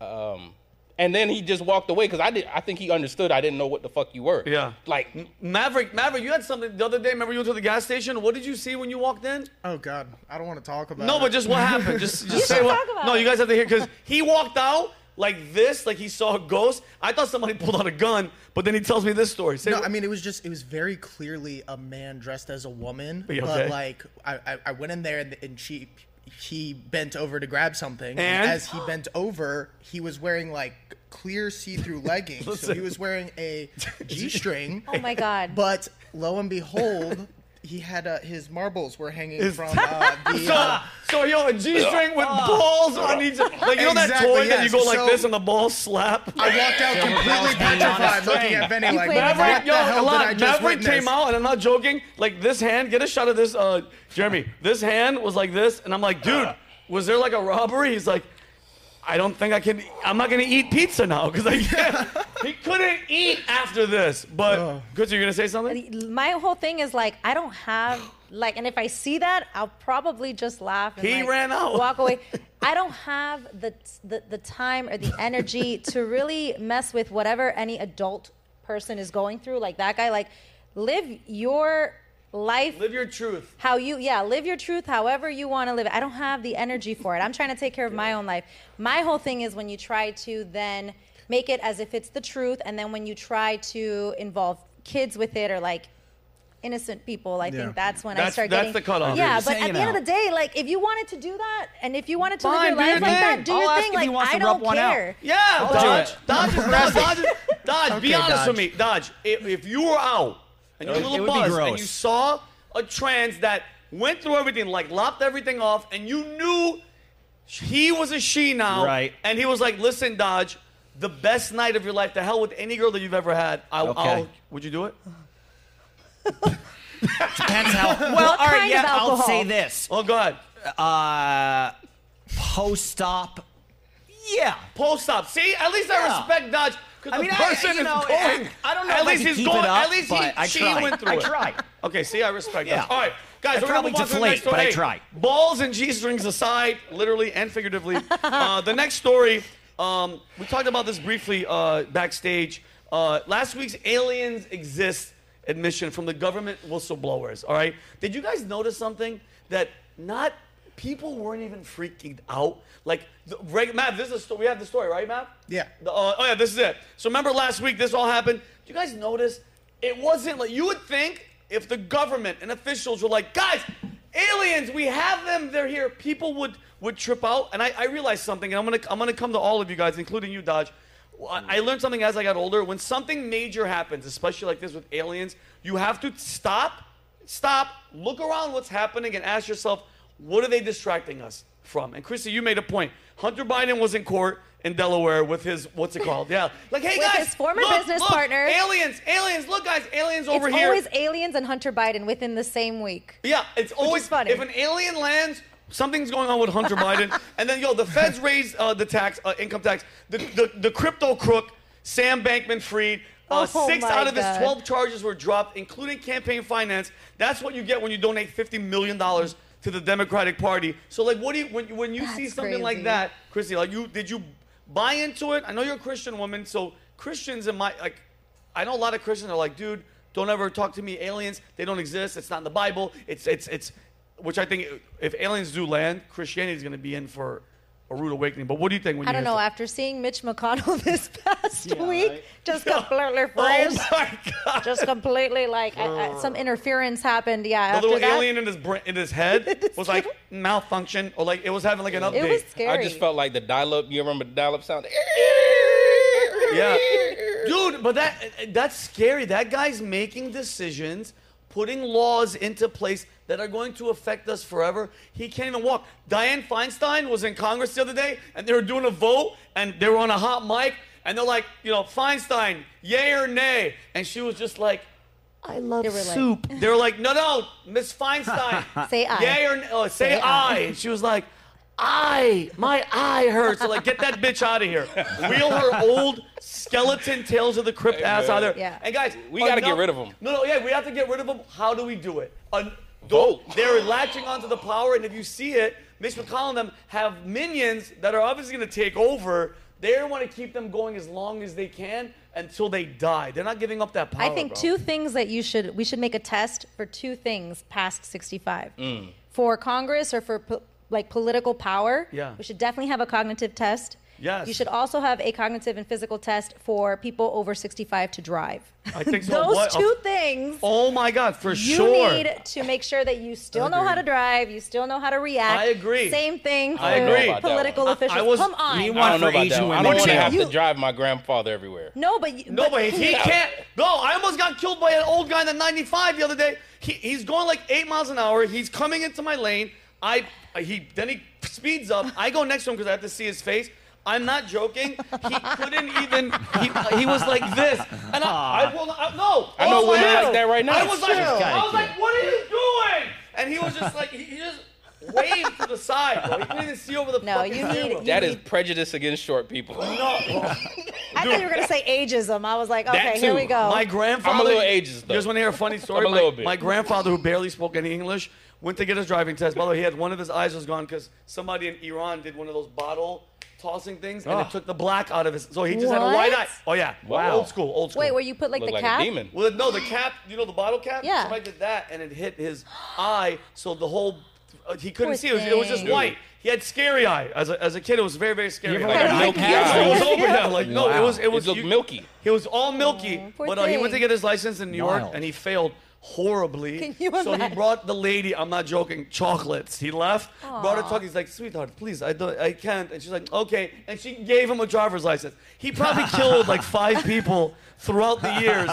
S4: um, and then he just walked away because I did. I think he understood. I didn't know what the fuck you were.
S1: Yeah.
S4: like
S3: Mm.
S1: Maverick, Maverick, you had something the other day. Remember you went to the gas station? What did you see when you walked in?
S12: Oh God, I don't want to talk about.
S1: No,
S12: it.
S1: but just what happened? Just, just say
S3: should
S1: what.
S3: talk about
S1: no,
S3: it.
S1: you guys have to hear because he walked out like this, like he saw a ghost. I thought somebody pulled out a gun, but then he tells me this story. Say
S5: No,
S1: what-
S5: I mean it was just it was very clearly a man dressed as a woman,
S1: Yeah, okay.
S5: but like I, I, I went in there and, and she he bent over to grab something,
S1: And?
S5: as he bent over, he was wearing like clear see-through leggings, so he was wearing a g-string,
S3: oh my god
S5: but lo and behold. he had uh, his marbles were hanging from uh, the.
S1: So,
S5: uh,
S1: so yo, a G-string with balls on each. Like you know that
S5: Exactly,
S1: toy that you
S5: yes.
S1: go like
S5: So-
S1: this and the balls slap.
S5: I walked out completely petrified, looking at Benny like,
S3: played
S5: what
S3: with that?
S5: the
S1: Yo,
S5: hell did
S1: Elon,
S5: I just
S1: Maverick
S5: witness?
S1: came out, and I'm not joking. Like this hand, get a shot of this, uh, Jeremy. This hand was like this, and I'm like, dude, was there like a robbery? He's like, I don't think I can. I'm not gonna eat pizza now because I can't. he couldn't eat after this. But
S5: Oh.
S1: good, you're gonna say something?
S3: My whole thing is like I don't have like, and if I see that, I'll probably just laugh. And,
S1: He
S3: like,
S1: ran out.
S3: Walk away. I don't have the, the the time or the energy to really mess with whatever any adult person is going through. Like that guy, like live your life
S1: Live your truth.
S3: how you yeah live your truth however you want to live it i don't have the energy for it i'm trying to take care of my own life my whole thing is when you try to then make it as if it's the truth and then when you try to involve kids with it or like innocent people i
S5: Yeah.
S3: think that's when i
S1: That's-
S3: start
S1: that's
S3: getting
S1: the cutoff.
S3: yeah
S11: Just
S3: but at
S11: hanging
S3: the end of
S11: out.
S3: the day like if you wanted to do that and if you wanted to
S1: Fine,
S3: live your
S1: do your
S3: life like
S1: thing.
S3: that do your
S11: I'll ask
S3: thing
S11: if he
S3: like
S11: wants
S3: i
S11: to
S3: don't
S11: rub one out.
S3: care
S1: Yeah,
S11: I'll do
S1: Dodge.
S11: it.
S1: Dodge is Dodge. Dodge, is- Dodge be
S5: Okay,
S1: honest
S5: Dodge.
S1: with me. Dodge, if, if you were out and you're a
S11: It would
S1: little
S11: be
S1: buzzed and
S11: gross.
S1: you saw a trans that went through everything, like lopped everything off, and you knew he was a she now,
S11: Right.
S1: and he was like, listen, Dodge, the best night of your life, the hell with any girl that you've ever had, I,
S11: Okay.
S1: I'll, would you do it?
S11: Depends how. Well, all right,
S3: kind
S11: yeah,
S3: of
S11: I'll
S3: alcohol?
S11: say this.
S1: Oh, go ahead.
S11: Uh, post op. Yeah.
S1: Post stop. See, at least
S11: Yeah.
S1: I respect Dodge. 'cause
S11: I
S1: the
S11: mean, I-
S1: person
S11: you know,
S1: is going.
S11: I- I don't know
S1: At
S11: if I
S1: least
S11: could
S1: he's
S11: keep
S1: going.
S11: it up,
S1: at least he,
S11: but I
S1: she
S11: tried.
S1: went through
S11: I
S1: it.
S11: tried.
S1: Okay, see, I respect
S11: Yeah.
S1: that. All right, guys, we're
S11: I
S1: gonna
S11: probably
S1: move on to the
S11: deflate,
S1: next story.
S11: but I
S1: Hey,
S11: tried.
S1: Balls and g-strings aside, literally and figuratively, uh, the next story. Um, we talked about this briefly uh, backstage. Uh, last week's aliens exist admission from the government whistleblowers. All right, did you guys notice something that not people weren't even freaking out? Like, the, reg, Matt, this is a sto- we have the story, right, Matt?
S5: Yeah.
S1: The- uh, oh yeah, this is it. So remember last week this all happened. Do you guys notice? It wasn't like you would think if the government and officials were like, guys, aliens, we have them, they're here. People would would trip out. And I, I realized something, and I'm gonna I'm gonna come to all of you guys, including you, Dodge. I I learned something as I got older. When something major happens, especially like this with aliens, you have to stop, stop, look around what's happening, and ask yourself, what are they distracting us from? And Chrissy, you made a point. Hunter Biden was in court in Delaware with his what's it called? Yeah, like hey
S3: With
S1: guys,
S3: his former
S1: look,
S3: business
S1: look,
S3: partner.
S1: aliens, aliens, look guys, aliens over
S3: it's
S1: here.
S3: always aliens and hunter biden within the same week
S1: yeah, it's always
S3: is funny.
S1: If an alien lands. Something's going on with Hunter Biden, and then yo, the feds raised uh, the tax, uh, income tax. The, the the crypto crook Sam Bankman Fried. Uh,
S3: Oh
S1: six
S3: my
S1: out of his
S3: God.
S1: 12 charges were dropped, including campaign finance. That's what you get when you donate 50 million dollars to the Democratic Party. So like, what do you when you, when you see
S3: That's
S1: something like
S3: crazy.
S1: that, Chrissy? Like, you did you buy into it? I know you're a Christian woman, so Christians in my like, I know a lot of Christians are like, dude, don't ever talk to me aliens. They don't exist. It's not in the Bible. It's it's it's, which I think if aliens do land, Christianity is going to be in for a rude awakening. But what do you think when
S3: I
S1: you
S3: don't
S1: hear
S3: know.
S1: stuff-
S3: After seeing Mitch McConnell this past week,
S6: right.
S3: just completely
S1: Oh
S3: froze.
S1: my God!
S3: just completely like I, I, some interference happened. Yeah,
S1: Oh. The
S3: after
S1: little
S3: that,
S1: alien in his brain, in his head was like malfunction or like it was having like an update.
S3: it was scary.
S4: I just felt like the dial-up. You remember the dial-up sound?
S1: Yeah. Dude, but that that's scary. That guy's making decisions, putting laws into place that are going to affect us forever. He can't even walk. Dianne Feinstein was in Congress the other day and they were doing a vote and they were on a hot mic and they're like, you know, Feinstein, yay or nay? And she was just like, I love
S3: They were like-
S1: soup. they were like, no, no, Miss Feinstein.
S3: Say aye.
S1: Yay or uh, say,
S3: Say
S1: I.
S3: aye.
S1: And she was like, I, my eye hurts. So like, get that bitch out of here. Wheel her old skeleton tails of the crypt ass out of there.
S3: Yeah.
S1: And guys,
S4: We gotta get
S1: enough-
S4: rid of 'em.
S1: No, no, yeah, we have to get rid of them. How do we do it? Un-
S4: Vote.
S1: They're latching onto the power, and if you see it, Mitch McConnell and them have minions that are obviously going to take over. They want to keep them going as long as they can until they die. They're not giving up that power.
S3: I think
S1: bro.
S3: two things that you should we should make a test for two things past 65
S1: Mm.
S3: for Congress or for po- like political power.
S1: Yeah.
S3: we should definitely have a cognitive test.
S1: Yes.
S3: You should also have a cognitive and physical test for people over 65 to drive.
S1: I think so.
S3: Those
S1: What a-
S3: two things.
S1: Oh my God, for
S3: You
S1: sure.
S3: need to make sure that you still know how to drive, you still know how to react.
S1: I agree.
S3: Same thing for
S1: I agree.
S3: political
S4: I- I
S3: officials.
S1: was-
S3: Come on.
S11: You
S4: I
S11: want
S4: don't know
S11: for
S4: about
S11: Asian
S4: that. one. I
S11: women.
S4: don't want
S11: too.
S4: to have
S3: You-
S4: to drive my grandfather everywhere.
S3: no, but you-
S1: No, but he can't. No, I almost got killed by an old guy in the 95 the other day. He, he's going like eight miles an hour. He's coming into my lane. I he then he speeds up. I go next to him because I have to see his face. I'm not joking. He couldn't even. He, he was like this, and I, I will not. I- no,
S4: I know
S1: all
S4: women
S1: am-
S4: like that right now.
S1: I was like,
S11: Chill.
S1: I was like, what are you doing? And he was just like, he, he just waved to the side. Bro. He couldn't even see over the.
S3: No,
S1: fucking
S3: you need-
S1: camera.
S3: you
S4: That is prejudice against short people.
S1: No,
S3: I thought you were gonna say ageism. I was like,
S4: That
S3: okay, here
S4: too.
S3: we go.
S1: My grandfather.
S4: I'm a little ageist, though.
S1: You just want to hear a funny story?
S4: I'm a little
S1: my,
S4: bit.
S1: my grandfather, who barely spoke any English, went to get his driving test. By the way, he had one of his eyes was gone because somebody in Iran did one of those bottle tossing things, and
S11: Ah.
S1: it took the black out of his. So he just had a
S3: What?
S1: white eye. Oh yeah,
S4: Wow.
S1: old school, old school.
S3: Wait, where you put like
S4: Look
S3: the
S4: like
S3: cap?
S4: a demon.
S1: Well, no, the cap. You know the bottle cap.
S3: Yeah.
S1: Somebody did that, and it hit his eye, so the whole uh, he couldn't
S3: Poor
S1: see. It was, it was just
S3: thing.
S1: white. He had scary eye as a, as a kid. It was very very scary.
S11: ever
S1: Like,
S11: had
S4: Like a milky
S11: Yeah.
S1: it was
S4: eye.
S1: over. Yeah, like no, it
S11: Wow.
S1: was it
S4: It
S1: was
S4: looked
S1: you-
S4: milky.
S1: he was all milky,
S3: poor
S1: but uh, he went to
S3: thing.
S1: get his license in New York
S11: Wild.
S1: and he failed horribly.
S3: Can you
S1: so he
S3: imagine?
S1: brought the lady, I'm not joking, chocolates. He left, brought her chocolates. He's like, sweetheart, please, I don't, I can't. And she's like, okay. And she gave him a driver's license. He probably killed like five people throughout the years.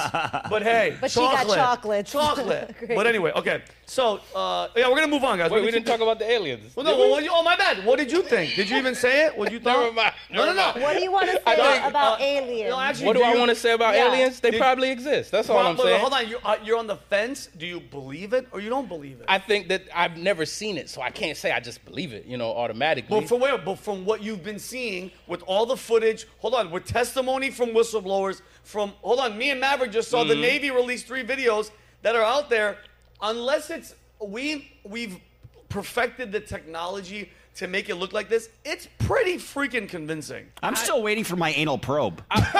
S1: But hey,
S3: But she got
S1: chocolate,
S3: chocolates.
S1: chocolate.
S3: Great.
S1: but anyway, okay. So uh, yeah, we're gonna move on, guys.
S4: Wait,
S1: We're
S4: we
S1: gonna
S4: didn't talk about the aliens.
S1: Well, no,
S4: did
S1: well,
S4: we?
S1: what you- oh my bad. What did you think? Did you even say it? What you thought?
S4: Never mind,
S1: No, no,
S4: never
S1: no.
S4: mind.
S3: What do you want to say
S4: think,
S3: about
S1: uh,
S3: aliens?
S1: No, actually,
S4: What do I
S1: you-
S4: want to say about
S3: Yeah.
S4: aliens? They
S1: Did-
S4: probably exist. That's all I'm
S1: Wait, wait,
S4: saying.
S1: Hold on, you, uh, you're on the fence. Do you believe it or you don't believe it?
S4: I think that I've never seen it, so I can't say I just believe it, you know, automatically.
S1: But from where? But from what you've been seeing with all the footage. Hold on, with testimony from whistleblowers. From hold on, me and Maverick just saw the Navy release three videos that are out there. Unless it's we we've perfected the technology to make it look like this, it's pretty freaking convincing.
S11: I'm still waiting for my anal probe.
S3: Judge.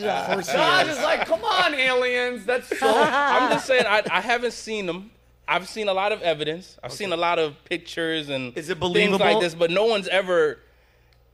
S1: God is like, come on, aliens. That's so.
S4: I'm just saying I, I haven't seen them. I've seen a lot of evidence. I've seen a lot of pictures and
S1: Is it
S4: things like
S1: believable?
S4: this, but no one's ever.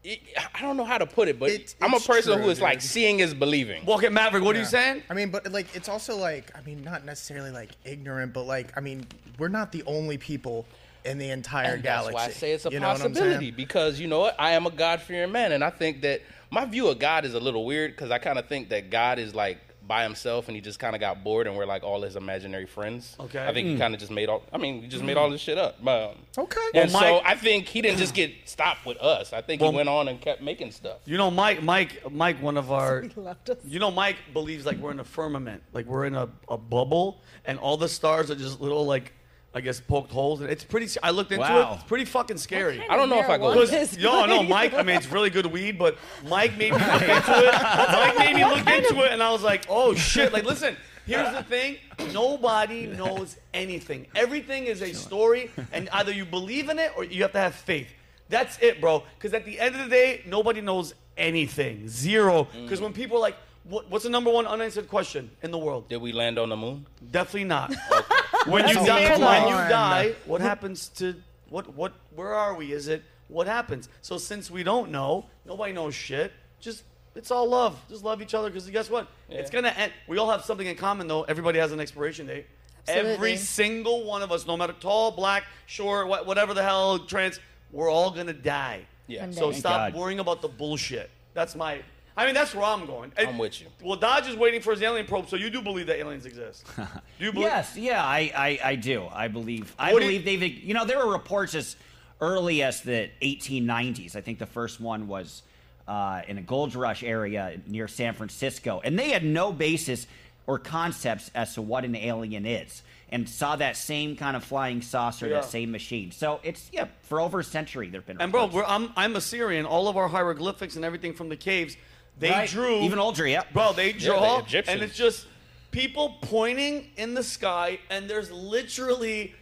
S4: I I don't know how to put it, but
S5: It's-
S4: I'm a
S5: it's
S4: person
S5: true,
S4: who is like
S5: dude.
S4: seeing is believing.
S1: Walk at Maverick. What are you saying?
S5: I mean, but like, it's also like, I mean, not necessarily like ignorant, but like, I mean, we're not the only people in the entire
S4: And
S5: galaxy.
S4: That's why I say it's a
S5: You know what I'm saying?
S4: possibility because you know what? I am a God fearing man, and I think that my view of God is a little weird because I kind of think that God is like by himself and he just kind of got bored and we're like all his imaginary friends.
S1: Okay.
S4: I think he kind of just made all. I mean, he just made all this shit up. Um,
S5: Okay.
S4: And
S1: Well,
S4: so
S1: Mike-
S4: I think he didn't just get stopped with us. I think
S1: Well-
S4: he went on and kept making stuff.
S1: You know, Mike, Mike, Mike, one of our,
S3: left us.
S1: you know, Mike believes like we're in a firmament, like we're in a, a bubble, and all the stars are just little like, I guess poked holes, and it's pretty. I looked into
S11: Wow.
S1: it; it's pretty fucking scary.
S4: I don't know if I go-
S3: Marijuana
S1: Because-
S3: is
S1: Yo, no,
S3: great.
S1: Mike. I mean, it's really good weed, but Mike made me look into it. Mike made me look into it, and I was like, oh shit! Like, listen. Here's the thing: nobody knows anything. Everything is a story, and either you believe in it or you have to have faith. That's it, bro. Because at the end of the day, nobody knows anything. Zero. Because when people are like, what, "What's the number one unanswered question in the world?"
S4: Did we land on the moon?
S1: Definitely not. when you
S5: That's
S1: die,
S5: fair,
S1: when
S5: though.
S1: you die, what happens to what what where are we? Is it what happens? So since we don't know, nobody knows shit. Just it's all love. Just love each other because guess what? It's gonna end. We all have something in common though. Everybody has an expiration date. Every
S3: Absolutely.
S1: single one of us, no matter tall, black, short, wha- whatever the hell, trans, we're all gonna die.
S4: Yeah.
S1: So
S3: Thank
S1: stop
S11: God.
S1: worrying about the bullshit. That's my. I mean, that's where I'm going.
S4: I'm with you.
S1: Well, Dodge is waiting for his alien probe, so you do believe that aliens exist. Do you believe?
S11: Yes, yeah, I, I, I do. I believe I
S1: What do you-
S11: believe they've you know, there were reports as early as the eighteen nineties. I think the first one was uh, in a gold rush area near San Francisco, and they had no basis or concepts as to what an alien is. And saw that same kind of flying saucer,
S1: Yeah.
S11: that same machine. So it's yeah, for over a century there've been.
S1: And bro,
S11: reports.
S1: we're, I'm I'm Assyrian. All of our hieroglyphics and everything from the caves, they
S11: Right.
S1: drew
S11: even older, yeah.
S1: Bro, they draw,
S4: Egyptians.
S1: and it's just people pointing in the sky, and there's literally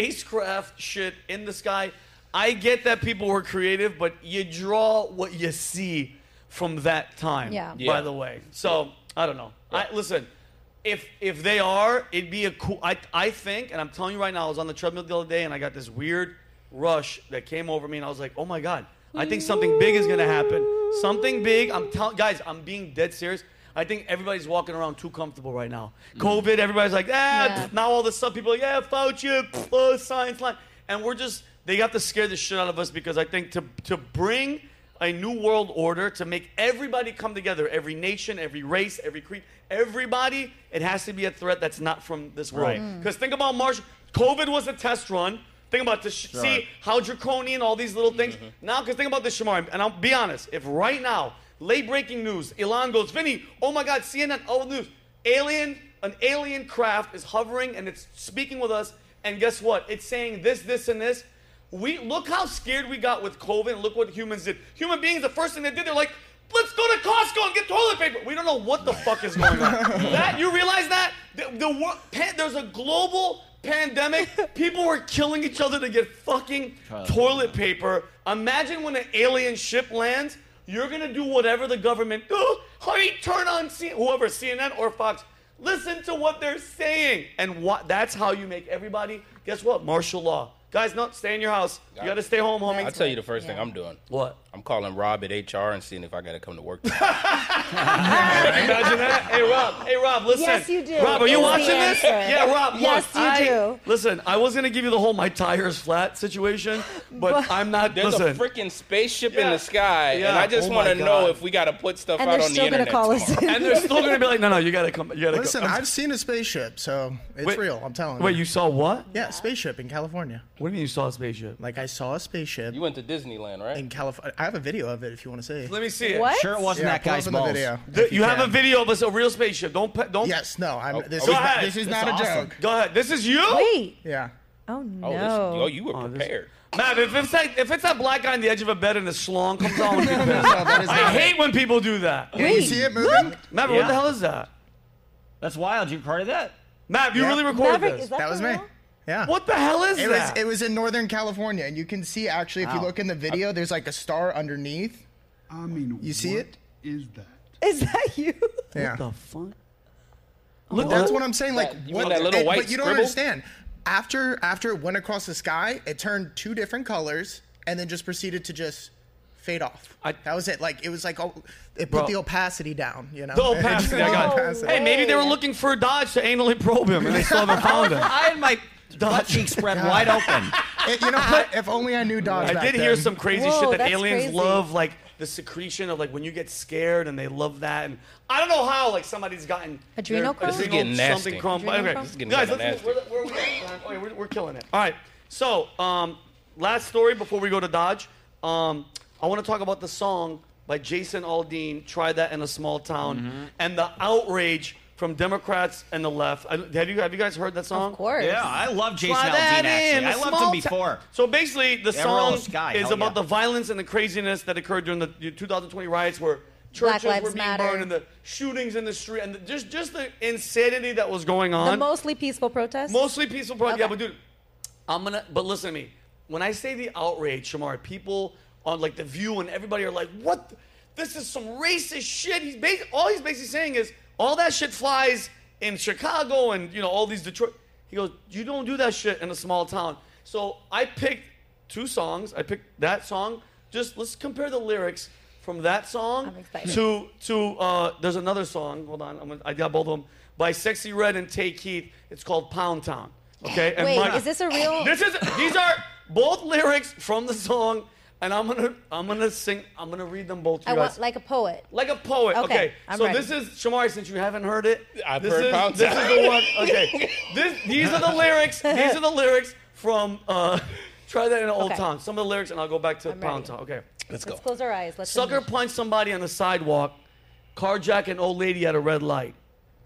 S1: spacecraft shit in the sky. I get that people were creative, but you draw what you see from that time.
S3: Yeah.
S1: By
S4: Yeah.
S1: the way, so I don't know. I, listen, if if they are, it'd be a cool. I I think, and I'm telling you right now, I was on the treadmill the other day, and I got this weird rush that came over me, and I was like, oh my god, I think something big is gonna happen. Something big. I'm telling guys, I'm being dead serious. I think everybody's walking around too comfortable right now. COVID, everybody's like, ah,
S3: Yeah.
S1: pff, now all this stuff, people are like, yeah, Fauci, pff, oh, science line. And we're just, they got to scare the shit out of us because I think to, to bring a new world order to make everybody come together, every nation, every race, every creed, everybody. It has to be a threat that's not from this world.
S11: Right. Mm.
S1: Because think about March. COVID was a test run. Think about this. See how draconian all these little things. Now, because think about this, Shamar, and I'll be honest. If right now, late breaking news, Elon goes, Vinny, oh my God, CNN, all the news, alien, an alien craft is hovering and it's speaking with us. And guess what? It's saying this, this, and this. We look how scared we got with COVID. and Look what humans did. Human beings, the first thing they did, they're like, let's go to Costco and get toilet paper. We don't know what the fuck is going on. that you realize that the, the wor- pan, there's a global pandemic. People were killing each other to get fucking
S11: Toilet
S1: toilet paper. Imagine when an alien ship lands, you're gonna do whatever the government. Oh, honey, turn on C- whoever CNN or Fox. Listen to what they're saying, and what that's how you make everybody. Guess what? Martial law, guys. No, stay in your house. You gotta stay home, homie.
S4: I'll tell you the first thing I'm doing.
S1: What?
S4: I'm calling Rob at HR and seeing if I got to come to work.
S1: Imagine that. Hey Rob. Hey Rob. Listen.
S13: Yes, you do.
S1: Rob, are you
S13: Is the
S1: watching this?
S13: answer.
S1: Yeah, Rob.
S13: Yes,
S1: look,
S13: you
S1: I-
S13: do.
S1: Listen, I was gonna give you the whole my tires flat situation, but,
S13: But-
S1: I'm not.
S4: There's
S1: listen,
S4: a freaking spaceship in
S1: Yeah.
S4: the sky, and
S1: Yeah.
S4: I just
S1: Oh
S4: want to
S1: my
S4: know
S1: God.
S4: if we got to put stuff
S13: And
S4: out
S13: they're
S4: on the
S13: still gonna
S4: internet.
S13: call us.
S4: tomorrow.
S1: and they're still gonna be like, no, no, you gotta come. You gotta
S5: Listen,
S1: go. I'm-
S5: I've seen a spaceship, so it's
S1: Wait.
S5: real. I'm telling
S1: Wait,
S5: you.
S1: you saw what?
S5: Yeah, spaceship in California.
S1: What do you mean you saw a spaceship?
S5: Like I saw a spaceship
S4: you went to Disneyland, right?
S5: in California. I have a video of it if you want to see.
S1: Let me see it.
S3: What?
S11: Sure, it wasn't
S5: Yeah,
S11: that
S5: pull up
S11: guy's
S5: in the
S11: balls.
S5: video.
S1: The-
S5: if
S1: you have a
S5: can.
S1: video of us, a real spaceship. Don't pe- don't.
S5: Yes, no, I'm. This,
S1: Go
S5: is,
S1: ahead.
S5: not, this is not a
S11: awesome.
S5: joke.
S1: Go ahead. This is you,
S3: Wait.
S5: Yeah.
S3: Oh
S4: oh,
S3: no.
S4: this, oh, you were
S1: this-
S4: prepared.
S1: Matt. If it's like if it's that black guy on the edge of a bed and a schlong comes out, I'm gonna be pissed.
S5: No, that is
S1: I
S5: not it.
S1: hate when people do that.
S5: Yeah, you
S3: Wait,
S5: see it moving?
S1: Matt, what the hell is that?
S11: That's wild. You recorded that?
S1: Matt, you
S5: Yeah.
S1: really recorded
S3: Maverick,
S1: this?
S3: is that,
S5: That was
S3: for
S5: me.
S3: real?
S5: Yeah.
S1: what the hell is
S5: It was
S1: that?
S5: it was in Northern California, and you can see actually if you
S11: Wow.
S5: look in the video, there's like a star underneath.
S6: I mean,
S5: You see it?
S6: Is that?
S3: Is that you?
S5: Yeah.
S1: the fuck?
S5: Look, that's what I'm saying. Like,
S4: That- you
S5: what,
S4: mean that little
S5: it-
S4: white
S5: but you don't
S4: scribble?
S5: understand. After after it went across the sky, it turned two different colors, and then just proceeded to just fade off.
S1: I-
S5: that was it. Like it was like oh, it put
S1: Bro.
S5: the opacity down. You know,
S1: The opacity, I got it.
S5: Opacity.
S1: Hey, maybe they were looking for Dodge to anally probe him, and they still haven't found him.
S11: I had my butt cheeks spread wide open.
S5: It- you know what? If only I knew Dodge.
S1: I
S5: back
S1: did
S5: then.
S1: hear some crazy
S3: Whoa,
S1: shit that
S3: that's
S1: aliens
S3: crazy.
S1: love, like the secretion of like when you get scared, and they love that. And I don't know how like somebody's gotten
S3: Adrenal
S1: their-
S3: This is
S1: adrenal
S4: getting
S1: something
S4: nasty.
S1: crumb.
S3: Adrenal
S1: Okay,
S3: crumb? This is
S4: getting
S1: guys,
S4: kinda
S1: let's, where, where are we at? Oh, yeah, we're, we're killing it. All right, so um, last story before we go to Dodge. Um, I want to talk about the song by Jason Aldean, "Try That in a Small Town," and the outrage from Democrats and the left. I, have you have you guys heard that song?
S3: Of course.
S11: Yeah, I love Jason
S1: Try
S11: Aldean,
S1: that in
S11: actually. I
S1: a
S11: loved
S1: small
S11: him
S1: ta-
S11: before.
S1: so basically, the
S11: Amarillo
S1: song
S11: Sky,
S1: is
S11: hell
S1: about the
S11: yeah.
S1: violence and the craziness that occurred during the 2020 riots, where
S3: Black
S1: churches were
S3: Lives
S1: being
S3: Matter.
S1: burned and the shootings in the street, and the, just just the insanity that was going on.
S3: The mostly peaceful protest.
S1: Mostly peaceful protest. Yeah,
S3: Okay.
S1: but dude, I'm gonna. But listen to me. When I say the outrage, Shamar, people on like the View and everybody are like, "What? the- This is some racist shit." He's bas- all he's basically saying is all that shit flies in Chicago and you know all these Detroit. He goes, "You don't do that shit in a small town." So I picked two songs. I picked that song. Just let's compare the lyrics from that song
S3: I'm excited.
S1: to to uh, there's another song. Hold on, I'm gonna, I got both of them by Sexy Red and Tay Keith. It's called Pound Town. Okay. And
S3: Wait,
S1: my-
S3: is this a real?
S1: This is these are both lyrics from the song, and I'm gonna I'm gonna sing. I'm gonna read them both to
S3: I
S1: you
S3: want
S1: guys.
S3: like a poet.
S1: Like a poet.
S3: Okay,
S1: Okay.
S3: I'm
S1: so
S3: ready.
S1: this is Shamari. Since you haven't heard it,
S4: I've
S1: this
S4: heard
S1: is,
S4: Pound
S1: This
S4: Town.
S1: is the one. Okay. This, these are the lyrics. These are the lyrics from. Uh, try that in an old
S3: Okay.
S1: town. Some of the lyrics, and I'll go back to
S3: I'm
S1: Pound
S3: ready.
S1: Town. Okay.
S4: Let's go.
S3: Let's close our eyes. Let's
S1: Sucker
S3: imagine.
S1: punch somebody on the sidewalk, carjack an old lady at a red light,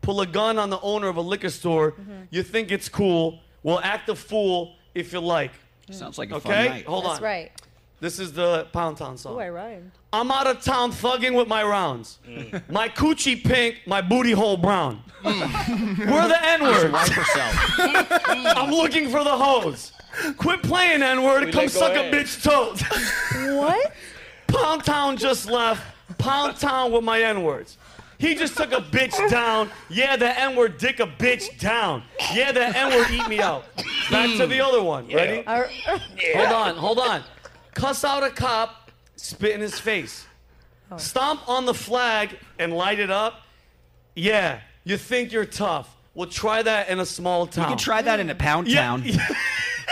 S1: pull a gun on the owner of a liquor store.
S3: Mm-hmm.
S1: You think it's cool? Well, act a fool if you like.
S11: Sounds like a fun
S1: Okay,
S11: night.
S1: hold
S3: That's
S1: on.
S3: right.
S1: This is the Pound Town song.
S3: Ooh, I rhymed.
S1: I'm out of town thugging with my rounds.
S4: Mm.
S1: My coochie pink, my booty hole brown.
S4: Mm.
S1: We're the N words.
S11: Wipe yourself.
S1: I'm looking for the hose. Quit playing N word.
S4: We
S1: Come
S4: let go
S1: suck a
S4: ahead.
S1: bitch toes.
S3: What?
S1: Pound Town just left. Pound Town with my N words. He just took a bitch down. Yeah, the N word dick a bitch down. Yeah, the N word eat me out. Back to the other one. Ready?
S3: Ar-
S1: Hold on, hold on. Cuss out a cop, spit in his face. Stomp on the flag and light it up. Yeah, you think you're tough. Well, try that in a small town.
S11: You can try that in a pound town.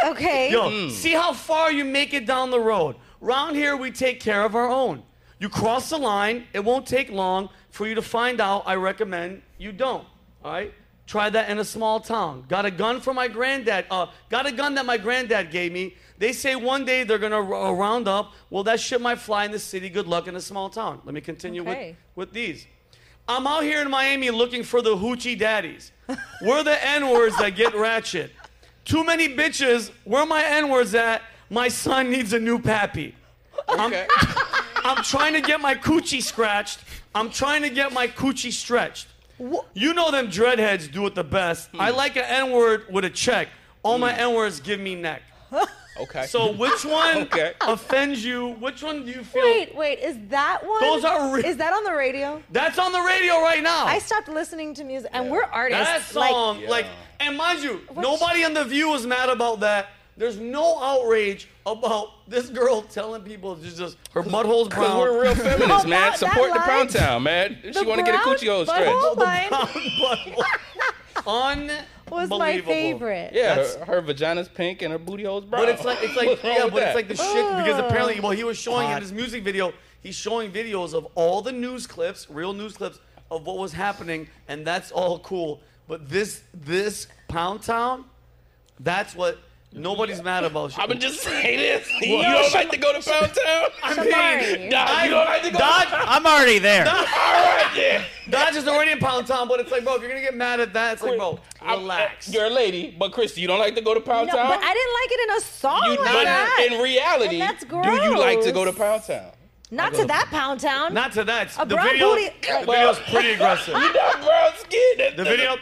S3: okay.
S1: Yo, see how far you make it down the road. Round here, we take care of our own. You cross the line. It won't take long for you to find out. I recommend you don't. All right? Try that in a small town. Got a gun from my granddad. Uh, got a gun that my granddad gave me. They say one day they're going to r- uh, round up. Well, that shit might fly in the city. Good luck in a small town. Let me continue
S3: Okay.
S1: with, with these. I'm out here in Miami looking for the hoochie daddies. We're the N words that get ratchet. Too many bitches. Where are my N words at? My son needs a new pappy.
S4: Okay.
S1: I'm trying to get my coochie scratched. I'm trying to get my coochie stretched. You know them dreadheads do it the best.
S3: Hmm.
S1: I like an N word with a check. All my N words give me neck.
S4: okay.
S1: So which one
S4: Okay.
S1: offends you? Which one do you feel?
S3: Wait, wait, is that one?
S1: Those are re-
S3: Is that on the radio?
S1: That's on the radio right now.
S3: I stopped listening to music, and we're artists.
S1: that
S3: like,
S1: song,
S4: Yeah.
S1: like, and mind you, nobody on the View is mad about that. There's no outrage about this girl telling people just, just her butthole's
S4: Because
S1: brown.
S4: we're real feminists,
S3: Oh,
S4: man.
S3: that-
S4: Support
S3: that
S4: the Pound
S3: line-
S4: Town, man. If she want to get a
S3: brown
S4: coochie hole
S3: butthole
S4: stretched.
S3: line
S1: butthole.
S3: was
S1: Unbelievable.
S3: my favorite.
S4: Yeah, her, her vagina's pink and her booty hole's brown.
S1: But it's like it's like
S4: What's wrong
S1: yeah,
S4: with
S1: but
S4: that?
S1: it's like the shit because apparently well he was showing in his music video, he's showing videos of all the news clips, real news clips of what was happening, and that's all cool. But this this Pound Town, that's what nobody's mad about.
S4: I'm gonna just say this. You don't like to go to Pound Town?
S3: Shamari.
S4: Nah, you don't like to go to
S1: Dodge,
S11: I'm already there.
S4: All right, then.
S1: Dodge is already in Pound Town, but it's like, bro, if you're gonna get mad at that, it's like, bro,
S4: I'm-
S1: relax.
S4: You're a lady, but Christy, you don't like to go to Pound
S3: No,
S4: Town?
S3: but I didn't like it in a song
S4: you,
S3: like
S4: but
S3: that.
S4: in reality,
S3: Oh And that's
S4: do you like to
S3: gross.
S4: go to Pound Town?
S3: Not to that pound town.
S1: Not to that.
S3: A
S1: the
S3: brown
S1: video,
S3: booty-
S1: the video's pretty aggressive.
S4: You got brown skin. That-
S1: The
S4: that-
S1: video.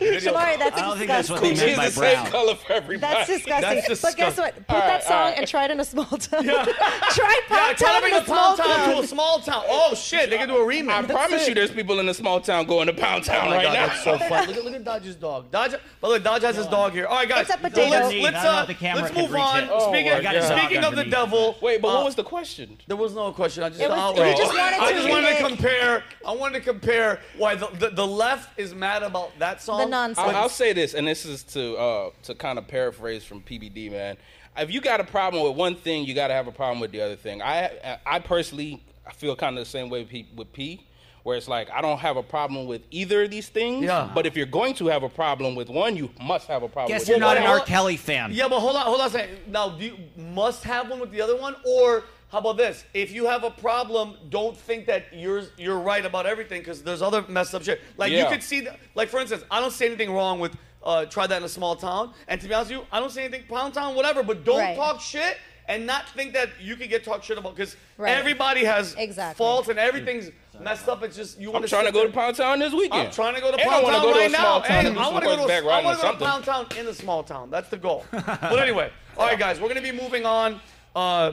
S3: Shamari, that's
S11: I don't think that's
S3: disgusting.
S11: what they
S4: She's
S11: meant by
S4: the same
S11: brown.
S4: color for everybody.
S3: That's disgusting.
S1: That's
S3: But guess
S1: disgusting.
S3: what? Put that song and try it in a small town. try
S1: Yeah,
S3: pound
S1: try to
S3: town
S1: bring
S3: in a
S1: the
S3: small
S1: Pound Town
S3: town.
S1: to a small town. Oh shit, they can do a remake.
S4: I promise you, there's people in a small town going to Pound Town
S1: Oh my
S4: right
S1: god,
S4: now.
S1: that's so funny. Look at, look at Dodge's dog. Dodge, by the way, Dodge has his dog here. All right, guys.
S3: It's a
S1: well,
S3: potato.
S1: let's-
S11: Underneath.
S1: let's,
S11: I don't know
S1: uh,
S11: if the camera
S1: let's
S11: can
S1: move
S11: reach
S1: on.
S11: it.
S4: Oh,
S1: speaking
S4: my
S1: of
S4: God.
S1: the,
S4: Yeah.
S1: speaking of the
S11: Underneath.
S1: devil.
S4: Wait, but
S1: uh,
S4: what was the question?
S1: There was no question. I just,
S3: It was-
S1: I'll-
S3: he just wanted
S1: I
S3: to
S1: just wanted to
S3: make-
S1: compare. I wanted to compare why the, the, the left is mad about that song.
S3: The nonsense.
S4: I'll, I'll say this, and this is to uh, to kind of paraphrase from PBD, man. If you got a problem with one thing, you got to have a problem with the other thing. I I personally feel kind of the same way with P, with P, where it's like I don't have a problem with either of these things.
S1: Yeah.
S4: But if you're going to have a problem with one, you must have a problem.
S11: Guess
S4: with
S11: you're
S4: the
S11: not an
S4: other.
S11: R. Kelly fan.
S1: Yeah, but hold on, hold on a second. Now, do you must have one with the other one, or how about this? If you have a problem, don't think that you're you're right about everything because there's other messed up shit. Like
S4: Yeah.
S1: you could see, the, like for instance, I don't see anything wrong with uh, try that in a small town. And to be honest with you, I don't see anything pound town, whatever. But don't
S3: Right.
S1: talk shit and not think that you could get talked shit about because
S3: Right.
S1: everybody has
S3: Exactly.
S1: faults and everything's messed up. It's just you want
S4: I'm trying to go to Pound Town this weekend.
S1: I'm trying to go to
S4: And
S1: Pound
S4: I
S1: Town
S4: want to go to
S1: right
S4: a small
S1: now.
S4: town.
S1: Hey,
S4: do
S1: I
S4: some
S1: want to go to,
S4: horseback
S1: I
S4: riding or
S1: want to go to
S4: something.
S1: Pound Town in a small town. That's the goal. but anyway, all right, guys, we're gonna be moving on. Uh,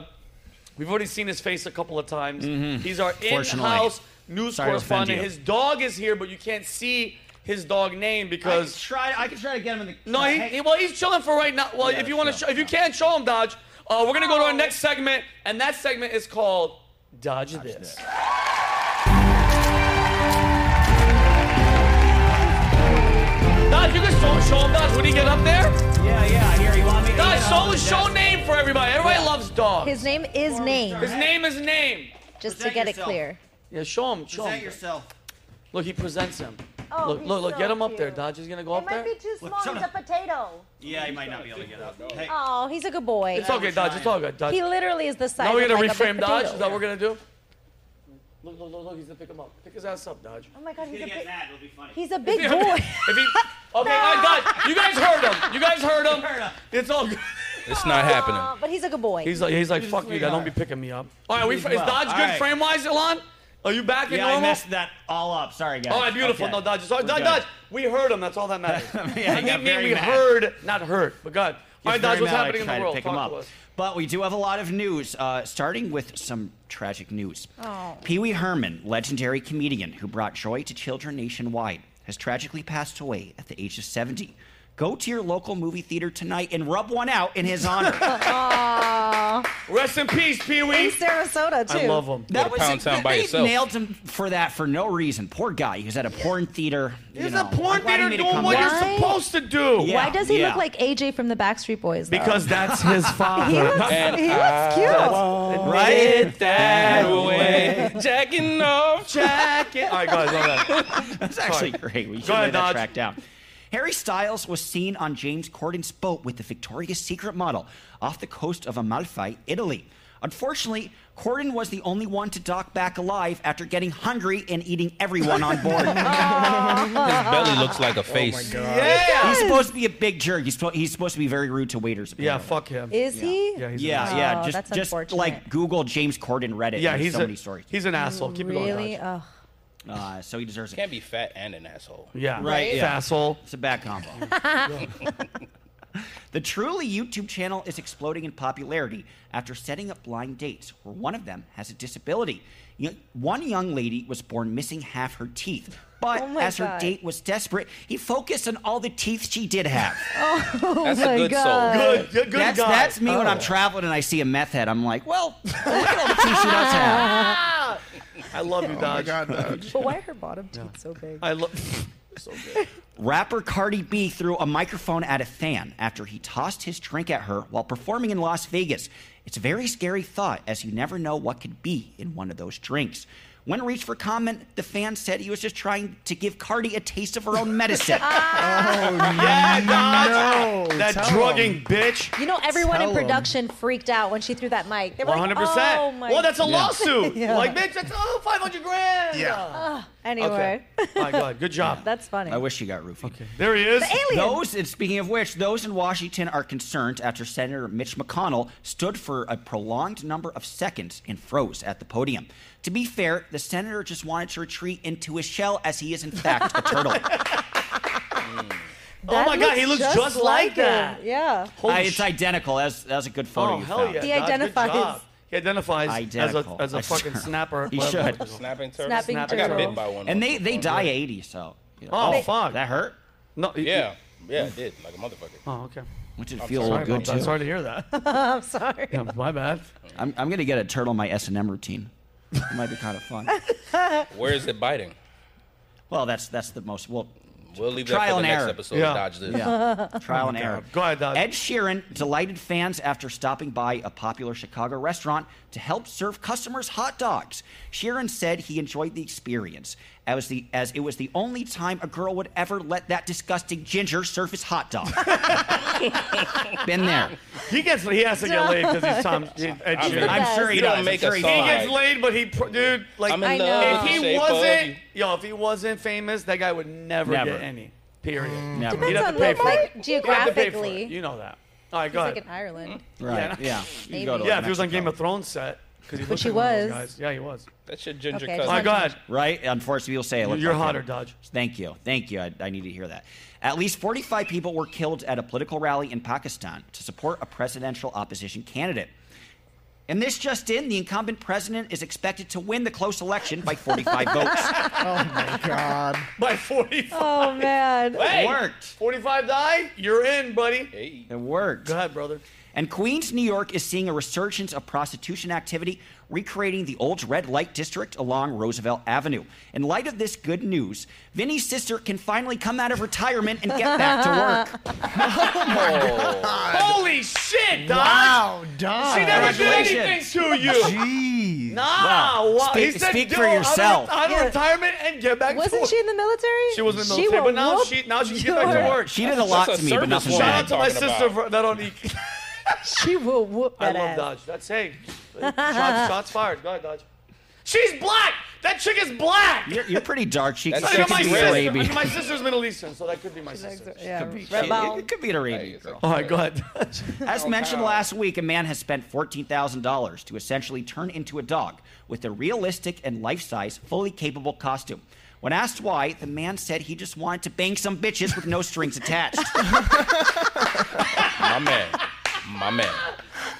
S1: we've already seen his face a couple of times.
S4: Mm-hmm.
S1: He's our
S11: Fortunately.
S1: in-house news
S11: Sorry to offend
S1: correspondent.
S11: you.
S1: His dog is here, but you can't see his dog name
S11: I could
S1: because
S11: try. I could try to get him in the.
S1: no, he, he- well, he's chilling for right now. Well,
S11: Yeah,
S1: if you want to,
S11: sure.
S1: show, if you can't show him Dodge, uh, we're gonna go to our next segment, and that segment is called Dodge, this. Dodge, you can show, show him Dodge when he get up there.
S11: yeah, yeah. Here, you want me? to
S1: Dodge,
S11: get
S1: show
S11: on
S1: his
S11: the
S1: show
S11: desk?
S1: name for everybody. Everybody loves Dog. His,
S3: His name is Name,
S1: name is name.
S3: just to
S11: Present
S3: get it
S11: yourself.
S3: clear.
S1: Yeah, show him. Show
S11: Present
S1: him.
S11: yourself.
S1: Look, he presents him.
S14: Oh,
S1: look,
S14: he's
S1: look, look.
S14: so
S1: Get him up there.
S14: cute.
S1: Dodge is gonna go
S14: It
S1: up there.
S14: might be too small.
S11: shut
S14: He's a
S11: up.
S14: potato.
S11: Yeah, he might not be able to get up. Hey,
S3: Oh, he's a good boy.
S1: It's okay, Dodge. It's all good. Dodge.
S3: He literally is the size.
S1: Now we're
S3: of
S1: gonna
S3: like a big
S1: reframe Dodge. Is
S3: potato.
S1: that what we're gonna do? Look, look, look, look. He's gonna pick him up. Pick his ass up, Dodge.
S14: Oh my god, he's a
S11: if he gets
S14: big.
S11: mad, it'll be funny.
S3: He's a big
S1: If he-
S3: boy.
S1: if he, okay, I got you guys heard him. You guys heard him.
S11: Heard him.
S1: It's all good.
S4: It's not
S3: Uh,
S4: happening.
S3: but he's a good boy.
S1: He's like, he's like,
S11: He's a
S1: fuck you, guys. Don't be
S11: sweetheart.
S1: picking me up. All right, we, is
S11: He's well.
S1: Dodge
S11: All
S1: good
S11: right.
S1: frame wise, Elon? Are you back in
S11: yeah, I
S1: normal?
S11: messed that all up. Sorry, guys.
S1: all right, beautiful.
S11: Okay.
S1: No, Dodge. Sorry,
S11: We're
S1: Dodge,
S11: good.
S1: Dodge. We heard him. That's all that matters.
S11: Yeah, he
S1: we
S11: got
S1: mean
S11: very
S1: we
S11: mad.
S1: heard, not hurt, but God. All right,
S11: It's
S1: Dodge,
S11: very
S1: what's
S11: mad I
S1: happening in
S11: try
S1: the
S11: to
S1: world?
S11: pick
S1: Talk
S11: him
S1: to
S11: up.
S1: us.
S11: But we do have a lot of news, uh, starting with some tragic news.
S1: Oh.
S11: Pee Wee Herman, legendary comedian who brought joy to children nationwide, has tragically passed away at the age of 70. Go to your local movie theater tonight and rub one out in his honor.
S3: Wow.
S1: Rest in peace, Pee
S3: In
S1: Wee.
S3: Sarasota, too.
S1: I love him.
S11: That
S4: a pound town by
S11: they
S4: itself.
S11: nailed him for that for no reason. Poor guy. He was at a porn theater. you
S1: He's a
S11: know.
S1: porn
S11: I'm glad he
S1: theater
S11: made a
S1: doing what
S11: comeback.
S1: you're
S3: Why?
S1: supposed to do.
S11: Yeah,
S3: Why does he
S11: yeah.
S3: look like AJ from the Backstreet Boys? though?
S1: Because that's his father.
S3: he looks,
S4: And
S3: he looks cute.
S11: Right?
S4: that away. Jacking off.
S1: jacket. All right, guys, love that.
S11: That's actually great. We should
S1: ahead,
S11: lay that
S1: Dodge.
S11: track down. Harry Styles was seen on James Corden's boat with the Victoria's Secret model off the coast of Amalfi, Italy. Unfortunately, Corden was the only one to dock back alive after getting hungry and eating everyone on board.
S5: Oh
S4: His belly looks like a face.
S1: Yeah.
S11: he's supposed to be a big jerk. He's, suppo- he's supposed to be very rude to waiters.
S1: Yeah,
S11: apparently.
S1: fuck him.
S3: Is he?
S1: Yeah, he's
S11: Yeah,
S3: Oh,
S11: yeah. Just,
S3: that's
S11: just
S3: unfortunate.
S11: like Google James Corden Reddit.
S1: yeah,
S11: There's
S1: he's
S11: so
S1: a,
S11: many stories.
S1: He's an asshole. Keep it going.
S3: really?
S1: Dodge.
S3: Ugh.
S11: Uh, so he deserves it.
S4: Can't be fat and an asshole.
S1: Yeah.
S11: Right, yeah.
S1: Asshole.
S11: It's a bad combo. the Truly YouTube channel is exploding in popularity after setting up blind dates where one of them has a disability. You- One young lady was born missing half her teeth, but
S3: Oh my
S11: as her
S3: God.
S11: date was desperate, he focused on all the teeth she did have.
S4: That's
S3: my
S4: a good
S3: God.
S4: soul.
S1: Good, good, good
S11: that's,
S1: guy.
S11: that's me when I'm traveling and I see a meth head. I'm like, well, look at all the teeth she does have.
S1: I love you,
S5: Oh my
S1: Dodge.
S5: God, Dodge.
S3: But why are her bottom teeth so big?
S1: I love.
S11: Rapper Cardi B threw a microphone at a fan after he tossed his drink at her while performing in Las Vegas. It's a very scary thought as you never know what could be in one of those drinks. When reached for comment, the fan said he was just trying to give Cardi a taste of her own medicine.
S1: Yeah, Dodge.
S5: No,
S1: that
S5: tell
S1: drugging
S5: him.
S1: bitch.
S3: You know, everyone in
S5: Tell 'em.
S3: production freaked out when she threw that mic. They were
S1: One hundred
S3: like,
S1: percent.
S3: oh my
S1: Well, that's a lawsuit.
S3: Yeah.
S1: Like, bitch, that's oh, 500 grand.
S5: Yeah.
S3: Anyway,
S1: My God, good job.
S3: that's funny.
S11: I wish she got roofied.
S1: There he is.
S3: Alien.
S11: Those, and speaking of which, those in Washington are concerned after Senator Mitch McConnell stood for a prolonged number of seconds and froze at the podium. To be fair, the senator just wanted to retreat into his shell as he is, in fact, a turtle.
S3: That
S1: Oh my God, he looks just like
S3: him.
S1: that.
S3: Yeah.
S1: Holy
S11: Uh,
S1: sh-
S11: it's identical. That's, that's a good photo
S1: Oh
S11: you
S1: hell
S11: found.
S1: yeah!
S3: He
S1: Dodge, good
S3: identifies.
S1: job. He identifies
S11: Identical.
S1: as a,
S11: I
S1: as a fucking
S11: swear.
S1: snapper.
S11: He
S1: Whatever.
S11: should.
S4: Snapping turtle.
S3: Snapping
S4: I got
S3: turtle.
S4: bit by one.
S11: And they, they
S4: motherfucker.
S11: die 80, so. you know.
S1: Oh, fuck.
S11: That hurt?
S1: No. he-
S4: Yeah, yeah, it did like a motherfucker.
S1: Oh okay.
S11: Which did feel a
S1: Sorry
S11: little good,
S1: about that.
S11: too.
S1: Sorry to hear that.
S3: I'm sorry.
S1: Yeah, my bad.
S11: I'm, I'm going to get a turtle my S&M routine. It might be kind of fun.
S4: Where is it biting?
S11: Well, that's that's the most. Well,
S4: We'll leave
S11: Trial
S4: that for
S11: and
S4: the next
S11: error.
S4: episode.
S1: Yeah.
S4: of Dodge this.
S11: Yeah. Trial and error.
S1: Go ahead, Doug.
S11: Ed Sheeran delighted fans after stopping by a popular Chicago restaurant to help serve customers hot dogs. Sheeran said he enjoyed the experience as, the, as it was the only time a girl would ever let that disgusting ginger serve his hot dog. Been there.
S1: He gets. He has to get laid because he's Tom. he- Ed
S4: I'm-
S1: Sheeran.
S11: I'm sure he
S4: You
S11: does.
S4: don't make a
S11: I'm sure he
S1: He
S4: song.
S11: does.
S1: gets laid, but he, pr- dude, like,
S4: I'm in
S3: I know.
S4: love.
S1: if
S4: with the
S1: he
S4: shape of
S1: wasn't,
S4: you.
S1: yo, if he wasn't famous, that guy would never,
S11: Never.
S1: get any. Period.
S11: Never.
S1: You'd
S3: Depends
S1: have to
S3: on
S1: pay
S3: where-
S1: for
S3: like,
S1: it. You'd have to pay for it.
S3: geographically.
S1: You know that. All right, go ahead. Mm-hmm.
S3: He's like in Ireland.
S11: Right. Yeah. You go to,
S1: yeah,
S11: like,
S1: if he was on
S11: Mexico.
S1: Game of Thrones set, because he looked
S3: he
S1: like one of those
S3: was.
S1: guys. Yeah, he was.
S4: That's your ginger
S3: Okay,
S4: cousin.
S1: All right, go ahead.
S11: Right? Unfortunately, you'll say it. looks
S1: You're
S11: like
S1: hotter,
S11: him.
S1: Dodge.
S11: Thank you. Thank you. I, I need to hear that. At least 45 people were killed at a political rally in Pakistan to support a presidential opposition candidate. And this just in, the incumbent president is expected to win the close election by 45 votes.
S5: my God.
S1: By 45.
S3: Oh man.
S1: Hey,
S11: worked.
S1: 45 die, you're in, buddy.
S4: Hey,
S11: It worked.
S1: Go ahead, brother.
S11: And Queens, New York is seeing a resurgence of prostitution activity, recreating the old red light district along Roosevelt Avenue. In light of this good news, Vinny's sister can finally come out of retirement and get back to work.
S4: Oh,
S1: Holy shit, Dodge.
S5: Wow, Dodge.
S1: She never did anything
S11: Congratulations.
S1: to you.
S6: Jeez.
S1: Nah,
S11: Wow.
S1: wow.
S11: Speak-
S1: He said,
S11: speak
S1: "Yo,
S11: for
S1: I'm in-
S11: yourself."
S1: I'm in
S3: Yeah.
S1: retirement and get back to
S3: Wasn't
S1: work.
S3: she in the military?
S1: She was in the military,
S3: will
S1: but now
S3: whoop
S1: she now she can get back
S3: your-
S1: to work.
S11: She did a lot
S4: That's a
S11: to me, but
S4: service
S11: nothing
S4: woman.
S1: Shout
S11: bad.
S1: out to my
S4: Talking
S1: sister
S4: about.
S1: for, that only.
S3: She will whoop
S1: I
S3: that
S1: love
S3: ass.
S1: Dodge. That's hey. shots, shots fired. Go ahead, Dodge. She's black. That chick is black.
S11: You're, you're pretty dark. She
S4: That's
S11: she
S1: I
S4: That
S1: know
S11: could
S4: chick's
S1: my
S11: be
S1: sister.
S11: an
S1: I mean,
S11: Arabian.
S1: my sister's Middle Eastern, so that could be my sister.
S3: Yeah,
S11: She-
S3: rebel.
S11: It could be an Arabian
S4: it's
S11: girl.
S1: All right, go ahead.
S11: As mentioned last week, a man has spent $14,000 to essentially turn into a dog with a realistic and life size, fully capable costume. When asked why, the man said he just wanted to bang some bitches with no strings attached.
S4: my man, my man.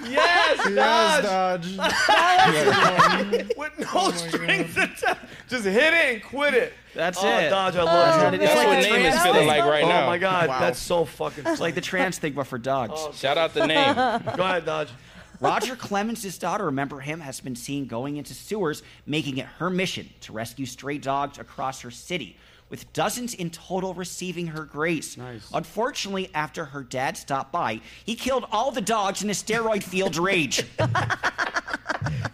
S1: yes,
S5: Yes,
S1: Dodge.
S5: Dodge.
S1: With no
S11: Oh
S1: strings attached. Just hit it and quit it.
S11: That's
S1: oh,
S11: it.
S1: Dodge, I love
S11: That's
S1: you.
S11: It's
S4: That's
S11: like
S4: what
S11: the
S4: name is
S11: trans
S4: feeling
S11: thing.
S4: like right
S1: oh
S4: now.
S1: my God,
S5: Wow.
S1: that's so fucking.
S11: It's like the trans stigma for dogs.
S4: Shout out the name.
S1: Go ahead, Dodge.
S11: Roger Clemens' daughter, remember him, has been seen going into sewers, making it her mission to rescue stray dogs across her city, with dozens in total receiving her grace. Unfortunately, after her dad stopped by, he killed all the dogs in a steroid field rage.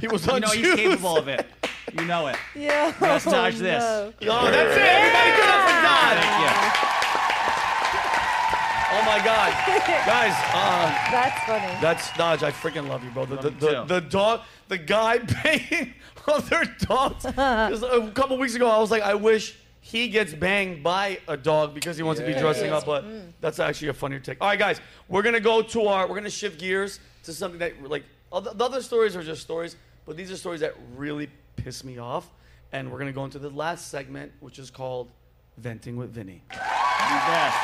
S1: He was
S11: you
S1: on
S11: know he's
S1: juice.
S11: capable of it. You know it.
S3: Yeah.
S11: Let's dodge this.
S1: No, that's it. Everybody give it up for Don.
S11: Thank you.
S1: Oh my God, guys, uh,
S3: That's funny.
S1: that's Dodge. I freaking love you, bro. The the,
S11: you
S1: the,
S11: too.
S1: the dog, the guy banging other dogs. 'Cause a couple weeks ago, I was like, I wish he gets banged by a dog because he wants to be dressing up. But that's actually a funnier take. All right, guys, we're gonna go to our. We're gonna shift gears to something that like other, the other stories are just stories, but these are stories that really piss me off. And we're gonna go into the last segment, which is called venting with Vinny.
S11: You best.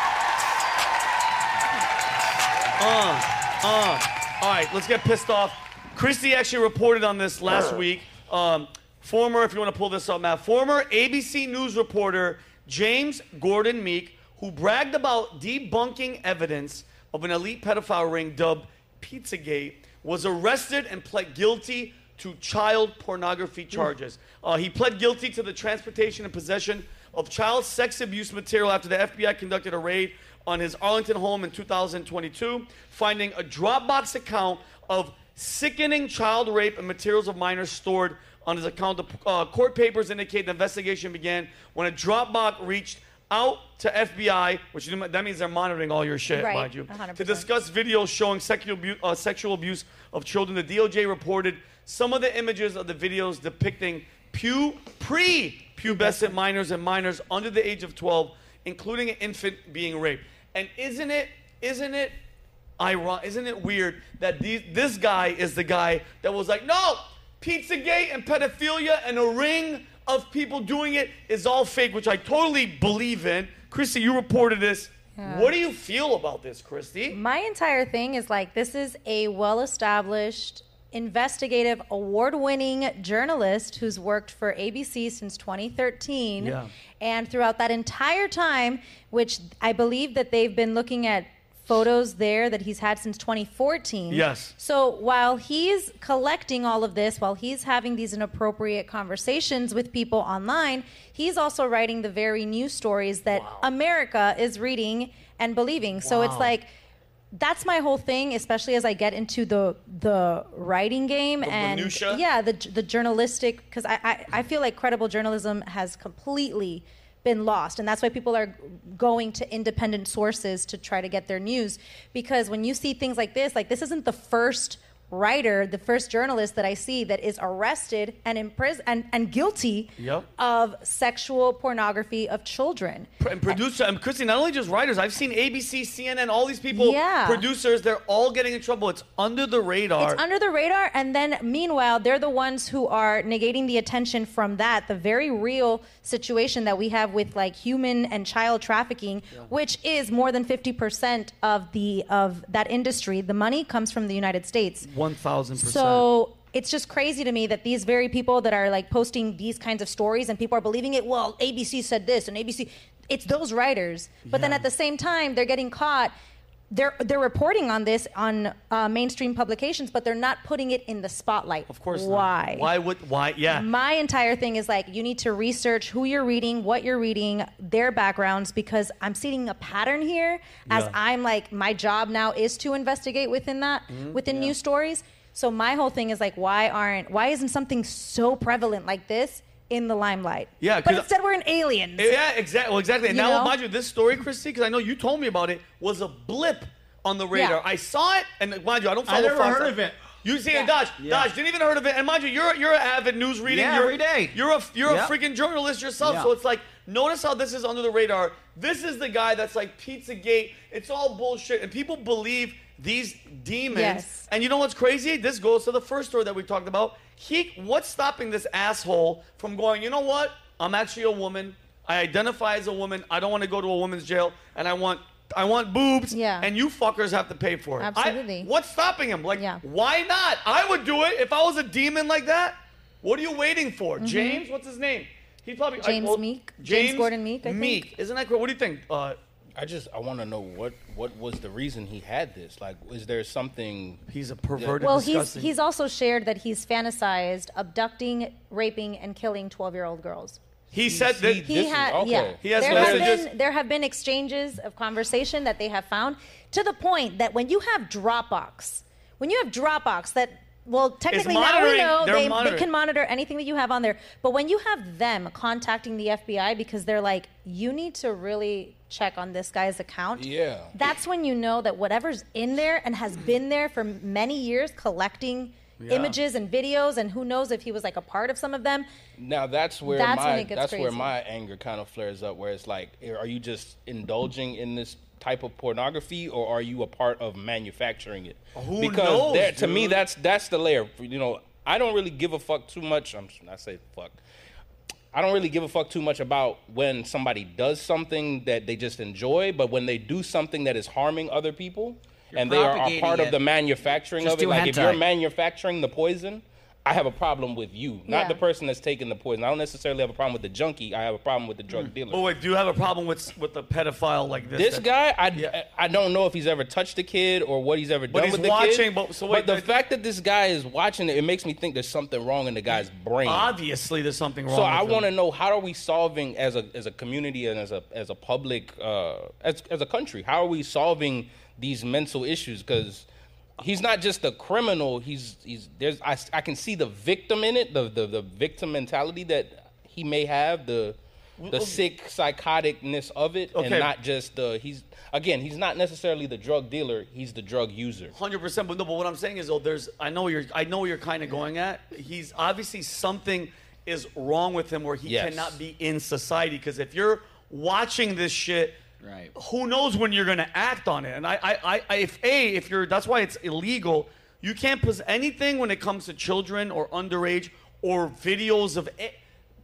S1: Uh, All right, let's get pissed off. Christy actually reported on this last week. Um, former, if you want to pull this up, Matt, former ABC News reporter James Gordon Meek, who bragged about debunking evidence of an elite pedophile ring dubbed Pizzagate, was arrested and pled guilty to child pornography charges. Uh, he pled guilty to the transportation and possession of child sex abuse material after the FBI conducted a raid on his Arlington home in 2022, finding a Dropbox account of sickening child rape and materials of minors stored on his account. The uh, court papers indicate the investigation began when a Dropbox reached out to FBI, which you- that means they're monitoring all your shit,
S3: Right,
S1: mind you, to
S3: 100%.
S1: discuss discussed videos showing sexual abuse, uh, sexual abuse of children. The DOJ reported some of the images of the videos depicting pu- pre-pubescent minors and minors under the age of 12, including an infant being raped. And isn't it isn't it ironic? Isn't it weird that these, this guy is the guy that was like, no, Pizzagate and pedophilia and a ring of people doing it is all fake, which I totally believe in. Christy, you reported this. What do you feel about this, Christy?
S3: My entire thing is like this is a well established, investigative, award winning journalist who's worked for ABC since 2013.
S1: Yeah.
S3: And throughout that entire time, which I believe that they've been looking at photos there that he's had since 2014.
S1: Yes.
S3: So while he's collecting all of this, while he's having these inappropriate conversations with people online, he's also writing the very news stories that America is reading and believing. So it's like that's my whole thing, especially as I get into the the writing game and
S1: minutia?
S3: yeah, the the journalistic because I, I I feel like credible journalism has completely been lost, and that's why people are going to independent sources to try to get their news because when you see things like this, like this isn't the first writer, the first journalist that I see that is arrested and imprisoned and, and guilty
S1: Yep.
S3: of sexual pornography of children.
S1: and producer and Christy, not only just writers. I've seen ABC, CNN, all these people,
S3: Yeah.
S1: producers. They're all getting in trouble. It's under the radar.
S3: It's under the radar, and then meanwhile, they're the ones who are negating the attention from that, the very real situation that we have with like human and child trafficking, which is more than fifty percent of the of that industry. The money comes from the United States.
S1: One thousand percent.
S3: So it's just crazy to me that these very people that are like posting these kinds of stories and people are believing it. Well, ABC said this and ABC. It's those writers, but then
S1: Yeah.
S3: at the same time they're getting caught. They're they're reporting on this on uh, mainstream publications, but they're not putting it in the spotlight.
S1: of course. not.
S3: Why?
S1: Why would? Why? Yeah.
S3: My entire thing is like you need to research who you're reading, what you're reading, their backgrounds, because I'm seeing a pattern here. As
S1: Yeah.
S3: I'm like, my job now is to investigate within that,
S1: Mm-hmm.
S3: within news stories. So my whole thing is like, why aren't, why isn't something so prevalent like this in the limelight?
S1: Yeah,
S3: but
S1: 'cause-
S3: instead we're in aliens.
S1: yeah. Exactly. Well, exactly. And
S3: You
S1: now,
S3: know?
S1: mind you, this story, Christy, because I know you told me about it, was a blip on the radar.
S3: Yeah.
S1: I saw it, and mind you, I don't follow.
S12: I never
S1: Fox.
S12: heard of it.
S1: You see
S3: Yeah.
S1: it, Dodge. Dodge didn't even heard of it. And mind you, you're you're an avid news reading.
S11: Yeah,
S1: you're,
S11: every day.
S1: You're a you're
S11: Yeah.
S1: a freaking journalist yourself.
S11: Yeah.
S1: So it's like notice how this is under the radar. This is the guy that's like Pizzagate. It's all bullshit, and people believe these demons.
S3: Yes.
S1: And you know what's crazy? This goes to the first story that we talked about. He what's stopping this asshole from going? You know what? I'm actually a woman. I identify as a woman. I don't want to go to a woman's jail, and I want. I want boobs,
S3: Yeah.
S1: and you fuckers have to pay for it. I-
S3: Absolutely.
S1: what's stopping him? Like,
S3: Yeah.
S1: why not? I would do it if I was a demon like that. What are you waiting for? James, what's his name? He's probably I-
S3: James Mm-hmm. Meek? James Gordon Meek, I think.
S1: Meek, isn't that correct? What do you think, uh,
S4: I just I want to know what what was the reason he had this? Like, is there something?
S1: He's a perverted.
S3: Well, he's
S1: disgusting.
S3: he's also shared that he's fantasized abducting, raping, and killing twelve-year-old girls.
S1: he said that.
S4: he-
S3: He
S4: This is-
S3: had,
S4: okay.
S3: yeah.
S1: He has
S3: there have
S1: messages-
S3: been there have been exchanges of conversation that they have found to the point that when you have Dropbox, when you have Dropbox, that well, technically now we
S1: monitoring.
S3: know
S1: They're
S3: they, they
S1: monitoring.
S3: can monitor anything that you have on there. But when you have them contacting the FBI because they're like, you need to really check on this guy's account.
S4: Yeah.
S3: That's when you know that whatever's in there and has been there for many years collecting images and videos and who knows if he was like a part of some of them.
S4: Now that's where
S3: That's
S4: my
S3: when it gets
S4: that's where
S3: crazy.
S4: my anger kind of flares up. Where it's like, eh, are you just indulging in this type of pornography, or are you a part of manufacturing it? Who because
S1: knows,
S4: there- to me,
S1: dude?
S4: that's that's the layer. You know, I don't really give a fuck too much. I'm I say fuck. I don't really give a fuck too much about when somebody does something that they just enjoy, but when they do something that is harming other people and they are a
S11: propagating
S4: part of
S11: it.
S4: the manufacturing
S11: Just
S4: of it,
S11: do
S4: like if
S11: hentai.
S4: you're manufacturing the poison, I have a problem with you, not
S3: Yeah.
S4: the person that's taking the poison. I don't necessarily have a problem with the junkie. I have a problem with the drug dealer.
S1: oh wait, do you have a problem with with the pedophile like this?
S4: This
S1: that-
S4: guy, I, I don't know if he's ever touched the kid or what he's ever done
S1: he's
S4: with the
S1: watching,
S4: kid.
S1: but- so wait,
S4: the
S1: but-
S4: fact that this guy is watching it, it makes me think there's something wrong in the guy's brain.
S1: Obviously, there's something wrong.
S4: So I
S1: want
S4: want to know how are we solving as a as a community and as a as a public uh, as as a country? How are we solving these mental issues? Because he's not just a criminal. He's he's there's I, I can see the victim in it. The, the the victim mentality that he may have. The the sick psychoticness of it,
S1: Okay.
S4: and not just the he's again he's not necessarily the drug dealer. He's the drug user.
S1: Hundred percent, but no. But what I'm saying is, though, there's. I know you're. I know you're kind of going at. He's obviously something is wrong with him where he
S4: Yes.
S1: cannot be in society. Because if you're watching this shit,
S11: Right.
S1: Who knows when you're gonna act on it? And I, I, I, I if a, if you're, that's why it's illegal. You can't possess anything when it comes to children or underage or videos of. a-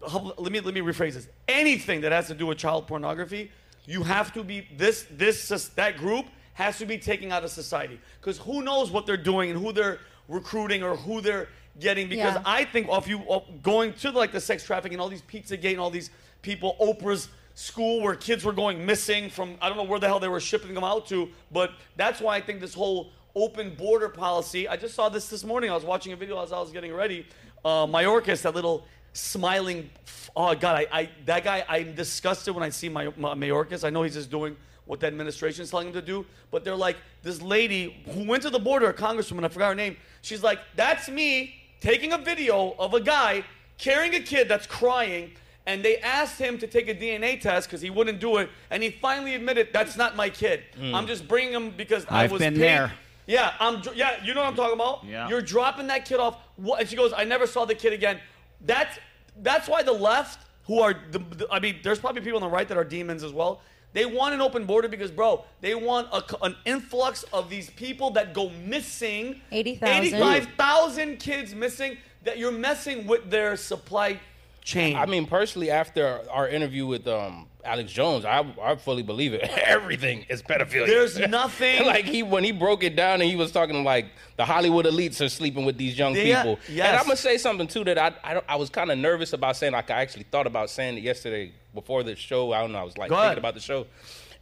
S1: hub- Let me let me rephrase this. Anything that has to do with child pornography, you have to be this this sus- that group has to be taken out of society because who knows what they're doing and who they're recruiting or who they're getting. Because
S3: Yeah.
S1: I think of you of going to like the sex trafficking, and all these PizzaGate and all these people, Oprah's school where kids were going missing from I don't know where the hell they were shipping them out to, but that's why I think this whole open border policy. I just saw this this morning. I was watching a video as I was getting ready. Uh, Mayorkas, that little smiling. Oh God, I, I that guy. I'm disgusted when I see my, my Mayorkas. I know he's just doing what the administration is telling him to do, but they're like this lady who went to the border, a congresswoman. I forgot her name. She's like, that's me taking a video of a guy carrying a kid that's crying. And they asked him to take a DNA test because he wouldn't do it, and he finally admitted that's not my kid. I'm just bringing him because I
S11: Hmm. I've
S1: was
S11: been
S1: paid-
S11: there.
S1: yeah, I'm. dr- Yeah, you know what I'm talking about.
S11: Yeah.
S1: You're dropping that kid off. What? And she goes, I never saw the kid again. That's that's why the left, who are, the, the- I mean, there's probably people on the right that are demons as well. They want an open border because, bro, they want a c an influx of these people that go missing.
S3: 80,000.
S1: 85,000 kids missing. That you're messing with their supply chain.
S4: I mean, personally, after our interview with um, Alex Jones, I, I fully believe it. Everything is pedophilia.
S1: There's nothing-
S4: like he when he broke it down and he was talking like the Hollywood elites are sleeping with these young
S1: Yeah,
S4: people. And
S1: yes.
S4: I'm gonna say something too that I I, don't, I was kind of nervous about saying. Like I actually thought about saying it yesterday before the show. I don't know. I was like
S1: Go
S4: thinking
S1: ahead.
S4: about the show,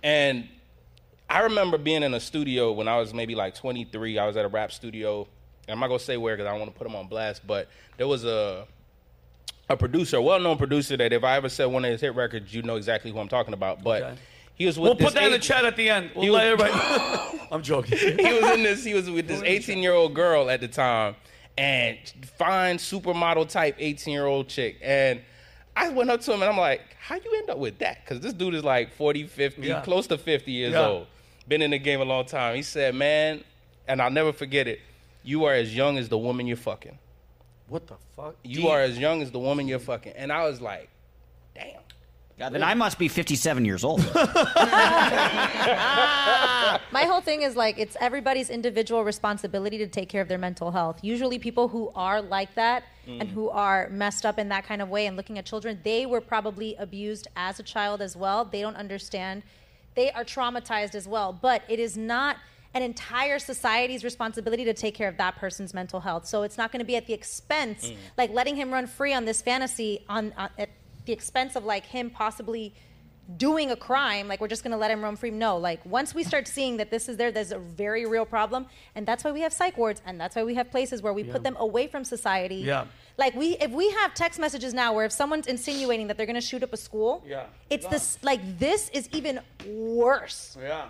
S4: and I remember being in a studio when I was maybe like 23. I was at a rap studio. I'm not gonna say where because I don't want to put him on blast, but there was a a producer, a well-known producer, that if I ever said one of his hit records, you know exactly who I'm talking about. But he was with
S1: we'll
S4: this
S1: put that in the
S4: eight-
S1: chat at the end. We'll
S4: He
S1: let
S4: was-
S1: everybody. I'm joking.
S4: he was in this. He was with this 18 year old girl at the time, and fine supermodel type 18 year old chick. And I went up to him and I'm like, "How you end up with that?" Because this dude is like 40, 50,
S1: Yeah.
S4: close to 50 years
S1: Yeah.
S4: old. Been in the game a long time. He said, "Man," and I'll never forget it. You are as young as the woman you're fucking.
S1: what the fuck?
S4: You are as young as the woman you're fucking. And I was like, "Damn."
S11: God, then I must be 57 years old.
S3: My whole thing is like it's everybody's individual responsibility to take care of their mental health. Usually, people who are like that and who are messed up in that kind of way and looking at children, they were probably abused as a child as well. They don't understand. They are traumatized as well. But it is not an entire society's responsibility to take care of that person's mental health. So it's not going to be at the expense, uh, like letting him run free on this fantasy on, on at the expense of like him possibly doing a crime, like we're just gonna let him roam free. No, like once we start seeing that this is there, there's a very real problem, and that's why we have psych wards, and that's why we have places where we put them away from society.
S1: Yeah.
S3: Like we, if we have text messages now where if someone's insinuating that they're gonna shoot up a school,
S1: Yeah.
S3: it's this like this is even worse.
S1: Yeah.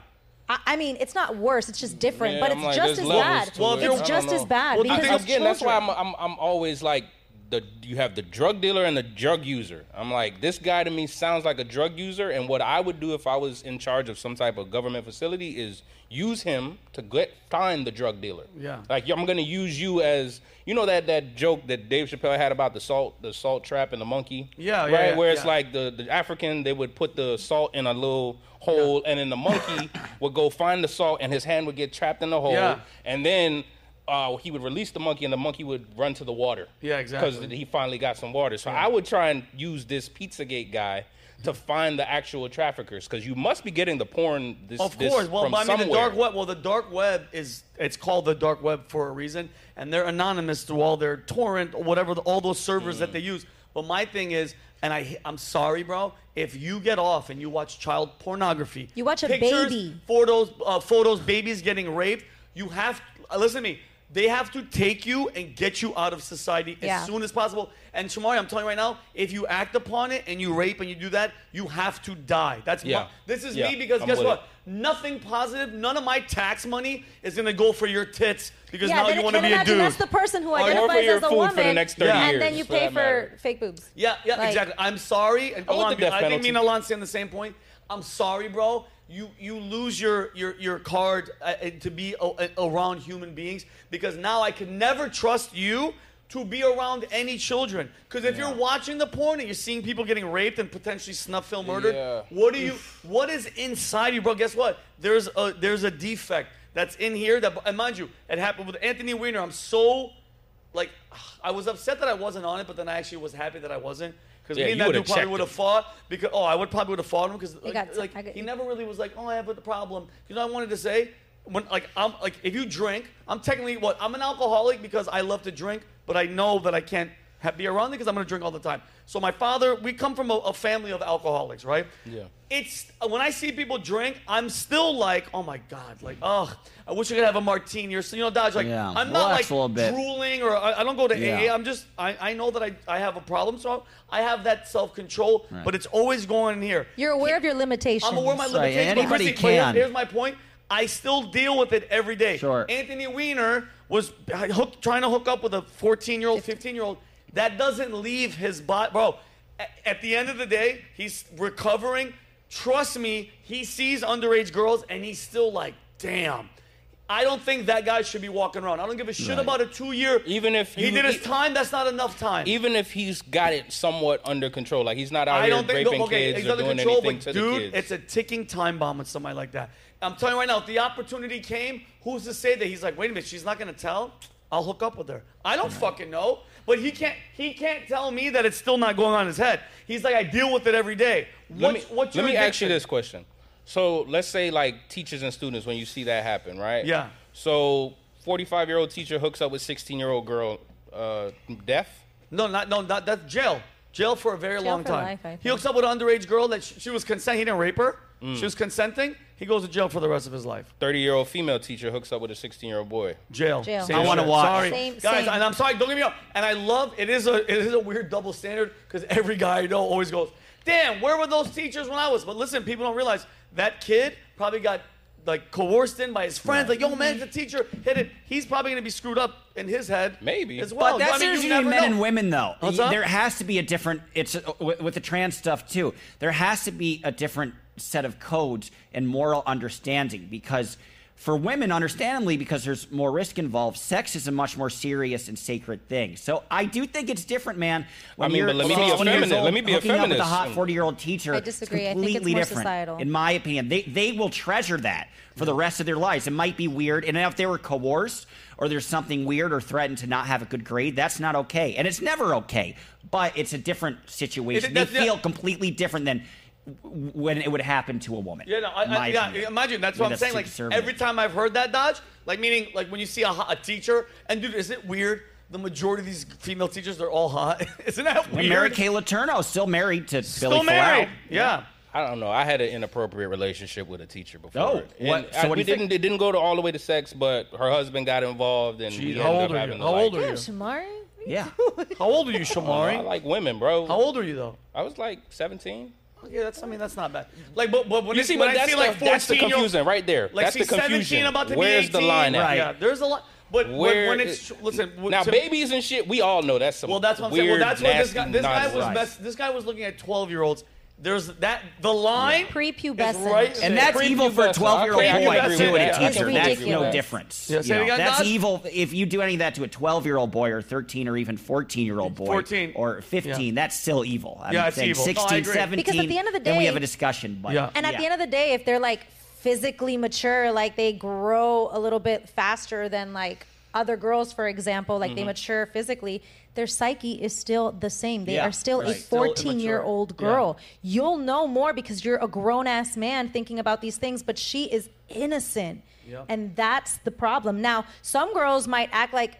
S3: I, I mean, it's not worse; it's just different,
S4: Yeah,
S3: but
S4: I'm
S3: it's
S4: like,
S3: just
S4: there's
S3: as
S4: levels
S3: bad.
S4: to Well, it. I
S3: it's
S4: don't
S3: just
S4: know.
S3: as bad
S1: Well, do you
S3: because
S1: think-
S3: it's
S4: Again, that's why
S3: children.
S4: I'm, I'm I'm always like the you have the drug dealer and the drug user. I'm like this guy to me sounds like a drug user, and what I would do if I was in charge of some type of government facility is use him to get find the drug dealer.
S1: Yeah.
S4: like I'm gonna use you as you know that that joke that Dave Chappelle had about the salt the salt trap and the monkey.
S1: Yeah,
S4: right.
S1: yeah, yeah,
S4: Where it's
S1: yeah.
S4: like the the African they would put the salt in a little hole, and then the monkey would go find the salt, and his hand would get trapped in the hole,
S1: Yeah.
S4: and then uh, he would release the monkey, and the monkey would run to the water.
S1: Yeah, exactly.
S4: Because he finally got some water. So I would try and use this Pizzagate guy to
S1: Hmm.
S4: find the actual traffickers, because you must be getting the porn. This,
S1: Of
S4: this
S1: course. Well,
S4: from
S1: but I mean, the
S4: somewhere.
S1: dark web. Well, the dark web is it's called the dark web for a reason, and they're anonymous through all their torrent, or whatever, the, all those servers
S4: Hmm.
S1: that they use. But my thing is, and I, I'm sorry, bro. If you get off and you watch child pornography,
S3: You watch a
S1: pictures,
S3: baby.
S1: photos, uh, photos, babies getting raped. You have uh, listen to me. They have to take you and get you out of society
S3: Yeah.
S1: as soon as possible. And Shamari, I'm telling you right now, if you act upon it and you rape and you do that, you have to die. That's
S4: Yeah.
S1: my, this is
S4: Yeah.
S1: me because
S4: I'm
S1: guess
S4: with
S1: what?
S4: it.
S1: nothing positive. None of my tax money is gonna go for your tits because
S3: yeah,
S1: now
S3: then,
S1: you want to
S3: then
S1: be a
S3: imagine
S1: dude.
S3: that's the person who
S4: for
S3: identifies
S4: your
S3: as a
S4: food for
S3: woman,
S4: the next 30
S1: years,
S3: and then you
S4: for
S3: pay
S4: that
S3: for
S4: matter.
S3: fake boobs.
S1: yeah, yeah,
S3: Like-
S1: exactly. I'm sorry, and
S4: I'm with
S1: Olan,
S4: the death
S1: I think
S4: penalty.
S1: me and Alon's on the same point. I'm sorry, bro. You you lose your your your card uh, uh, to be a, a- around human beings because now I can never trust you. To be around any children, because if you're watching the porn and you're seeing people getting raped and potentially snuff film murdered,
S4: Yeah.
S1: what do you? What is inside you, bro? Guess what? There's a there's a defect that's in here. That and mind you, it happened with Anthony Weiner. I'm so like I was upset that I wasn't on it, but then I actually was happy that I wasn't because
S4: Yeah,
S1: me and
S4: you
S1: that dude
S4: would've
S1: probably
S4: checked
S1: would have
S4: him.
S1: fought because oh I would probably would have fought him because like,
S3: got-
S1: like,
S3: I got-
S1: he never really was like oh I have a problem. You know what I wanted to say when like I'm like if you drink I'm technically what I'm an alcoholic because I love to drink, but I know that I can't ha be around it because I'm gonna drink all the time. So my father, we come from a, a family of alcoholics, right?
S4: Yeah.
S1: It's uh, when I see people drink, I'm still like, oh my god, like, ugh, I wish I could have a martini or so. You know, Dodge, like,
S11: Yeah,
S1: I'm not
S11: relax
S1: like
S11: a little bit.
S1: drooling or I, I don't go to
S11: Yeah.
S1: AA. I'm just I, I know that I, I have a problem, so I have that self control,
S11: Right.
S1: but it's always going in here.
S3: You're aware of your limitations.
S1: I'm aware of my
S11: Right,
S1: limitations. but
S11: anybody
S1: Chrissy, but here-
S11: can.
S1: Here's my point. I still deal with it every day.
S11: Sure.
S1: Anthony Weiner was hooked, trying to hook up with a 14 year old, 15 year old. That doesn't leave his body, bro. a- At the end of the day, he's recovering. Trust me, he sees underage girls and he's still like, damn. I don't think that guy should be walking around. I don't give a shit
S11: Right.
S1: about a two year.
S4: Even if
S1: he
S4: you-
S1: did his
S4: e-
S1: time, that's not enough time.
S4: Even if he's got it somewhat under control, like he's not out
S1: I
S4: here
S1: don't think
S4: raping
S1: no, okay,
S4: kids
S1: it's
S4: or
S1: under
S4: doing
S1: control,
S4: anything
S1: but
S4: to
S1: dude,
S4: the kids.
S1: it's a ticking time bomb with somebody like that. I'm telling you right now, if the opportunity came, who's to say that he's like, wait a minute, she's not gonna tell? I'll hook up with her. I don't fucking know. But he can't he can't tell me that it's still not going on in his head. He's like, I deal with it every day. What's,
S4: let me,
S1: what's
S4: let
S1: your
S4: me ask you
S1: addiction?
S4: this question. So let's say like teachers and students when you see that happen, right?
S1: Yeah.
S4: So 45 year old teacher hooks up with 16 year old girl, uh, deaf.
S1: No, not no, not that's jail. Jail for a very
S3: Jail
S1: long
S3: for
S1: time.
S3: life, I
S1: he
S3: think.
S1: hooks up with an underage girl that she, she was consent. He didn't rape her.
S4: Mm.
S1: She was consenting. He goes to jail for the rest of his life.
S4: 30 year old female teacher hooks up with a 16 year old boy.
S1: Jail.
S3: Jail.
S1: Same
S3: I
S11: wanna
S1: shit.
S11: watch.
S1: Sorry,
S3: Same-
S1: guys,
S3: same.
S1: and I'm sorry. Don't get me wrong. And I love it is a it is a weird double standard because every guy I know always goes, "Damn, where were those teachers when I was?" But listen, people don't realize that kid probably got like coerced in by his friends. Like, yo, man, the teacher hit it. He's probably gonna be screwed up in his head.
S4: Maybe.
S1: as well.
S11: But that's
S1: I mean, you
S11: usually
S1: never
S11: men
S1: know.
S11: and women, though.
S1: What's
S11: Y-
S1: up?
S11: There has to be a different. It's uh, with, with the trans stuff too. There has to be a different set of codes and moral understanding because. For women, understandably, because there's more risk involved, sex is a much more serious and sacred thing. So I do think it's different, man. When
S4: I mean,
S11: you're
S4: but let me be a
S11: 16 years
S4: feminist.
S11: old,
S4: Let me be a
S11: hooking up with a
S4: feminist.
S11: hot 40 year old teacher.
S3: I
S11: it's
S3: disagree. I think it's
S11: completely
S3: more
S11: different,
S3: societal.
S11: in my opinion. They they will treasure that for the rest of their lives. It might be weird, and if they were coerced or there's something weird or threatened to not have a good grade, that's not okay, and it's never okay. But it's a different situation.
S1: It-
S11: they
S1: that's- yeah.
S11: feel completely different than w- when it would happen to a woman.
S1: Yeah, no, I,
S11: in my
S1: I, yeah,
S11: opinion.
S1: imagine that's
S11: I mean,
S1: what I'm saying.
S11: too
S1: Like
S11: conservative.
S1: every time I've heard that dodge, like meaning like when you see a, hot- a teacher, and dude, is it weird? The majority of these female teachers, they're all hot. Isn't that
S11: And
S1: weird?
S11: Mary Kay Letourneau is still married to
S1: Still
S11: Billy Full
S1: married.
S11: Out.
S1: Yeah.
S4: I don't know. I had an inappropriate relationship with a teacher before.
S11: Oh,
S4: And
S11: what- so
S4: I-
S11: what do
S4: we
S11: you think?
S4: didn't. It didn't go to all the way to sex, but her husband got involved, and we
S1: Jeez,
S4: ended
S1: how
S4: up
S1: old are
S4: having
S1: you?
S4: to,
S1: How
S4: like,
S1: old are you?
S3: Shamari?
S11: Yeah.
S1: How old are you,
S4: I
S1: Shamari?
S4: like women, bro.
S1: How old are you though?
S4: I was like 17.
S1: Okay, that's I mean that's not bad. Like, but but when
S4: You
S1: it-
S4: see,
S1: when
S4: but
S1: I
S4: that's,
S1: see
S4: the,
S1: like
S4: that's the
S1: 14 year old-
S4: confusion right there.
S1: Like
S4: that's
S1: she's
S4: the confusion.
S1: 17 about to
S4: Where's
S1: be 18.
S4: the line at?
S11: Right.
S1: Yeah, there's a lot. But when-
S4: Where
S1: when it's listen w-
S4: now,
S1: to-
S4: babies and shit, we all know that's some
S1: Well, that's what I'm saying.
S4: weird,
S1: Well, that's what this guy.
S4: nasty
S1: This guy was
S4: nonsense.
S1: best. This guy was looking at 12 year olds. There's that the line. Is
S3: Prepubescent.
S1: right
S11: And
S1: there.
S11: that's evil for a
S4: Prepubescent.
S11: 12 year old
S4: Okay,
S11: boy to
S1: prepubescent,
S11: do it
S1: yeah.
S3: That's
S11: a teacher. That's no
S3: ridiculous.
S11: difference.
S1: Yeah, say it
S11: You know,
S1: again,
S11: that's
S1: Nas.
S11: evil. If you do any of that to a 12 year old boy or 13 or even 14 year old boy
S1: 14.
S11: or 15, that's still evil. I'm
S1: Yeah, it's
S11: saying
S1: evil. No, I
S11: 16,
S1: agree.
S11: 17.
S3: Because at the end of the
S11: then we
S3: day-
S11: have a discussion. But,
S1: Yeah.
S3: And at the
S11: yeah.
S3: end of the day, if they're like physically mature, like they grow a little bit faster than like other girls, for example, like
S11: Mm-hmm.
S3: they mature physically, their psyche is still the same. They
S11: Yeah,
S3: are still
S11: right.
S3: a 14 year old girl. You'll know more because you're a grown ass man thinking about these things, but she is innocent. And that's the problem. Now, some girls might act like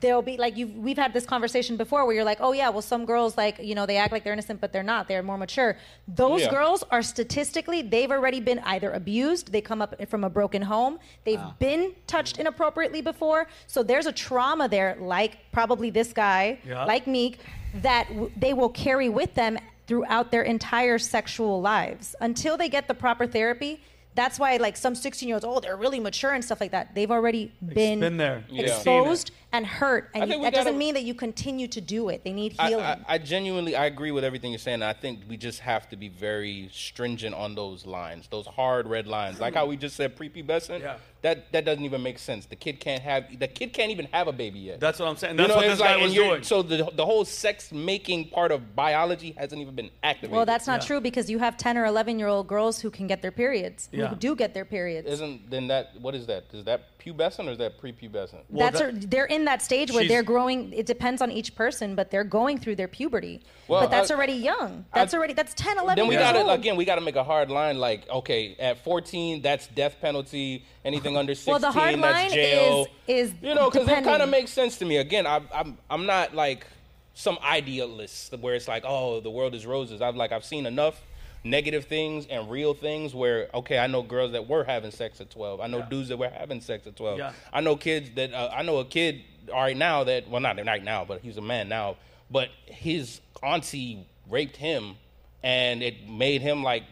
S3: there'll be like you we've had this conversation before where you're like oh yeah well some girls like you know they act like they're innocent but they're not they're more mature those
S4: Yeah.
S3: girls are statistically they've already been either abused they come up from a broken home they've been touched inappropriately before so there's a trauma there like probably this guy
S1: Yeah.
S3: like meek that w- they will carry with them throughout their entire sexual lives until they get the proper therapy that's why like some 16 year olds oh they're really mature and stuff like that they've already been,
S1: been there. Yeah.
S3: exposed and hurt, and
S4: I
S3: you-
S4: think we
S3: that doesn't
S4: gotta-
S3: mean that you continue to do it. They need
S4: I,
S3: healing.
S4: I- I genuinely I agree with everything you're saying. and I think we just have to be very stringent on those lines, those hard red lines. Like how we just said prepubescent.
S1: Yeah.
S4: That that doesn't even make sense. The kid can't have the kid can't even have a baby yet.
S1: That's what I'm saying.
S4: You
S1: That's
S4: know,
S1: what
S4: it's
S1: this guy
S4: like-
S1: was
S4: and you're-
S1: doing.
S4: So the the whole sex making part of biology hasn't even been activated.
S3: well, that's not true because you have 10 or 11 year old girls who can get their periods,
S1: Yeah.
S3: who do get their periods.
S4: isn't then that what is that? Is that pubescent or is that prepubescent?
S3: that's
S1: that-
S3: a- they're in that stage where
S1: She's-
S3: they're growing. It depends on each person, but they're going through their puberty.
S4: Well, uh,
S3: but that's
S4: I-
S3: already young. That's already that's 10, 11
S4: Then we
S3: years
S4: gotta
S3: old.
S4: again we gotta make a hard line like okay at 14 that's death penalty anything under 16
S3: Well, the hard
S4: that's
S3: line
S4: jail
S3: is- is
S4: you know because it kind of
S3: depending.
S4: makes sense to me again I, I'm I'm not like some idealist where it's like oh the world is roses I've like I've seen enough negative things and real things where okay I know girls that were having sex at 12 I know dudes that were having sex at 12
S1: Yeah.
S4: I know kids that uh, I know a kid right now that well not right now, but he's a man now. But his auntie raped him, and it made him like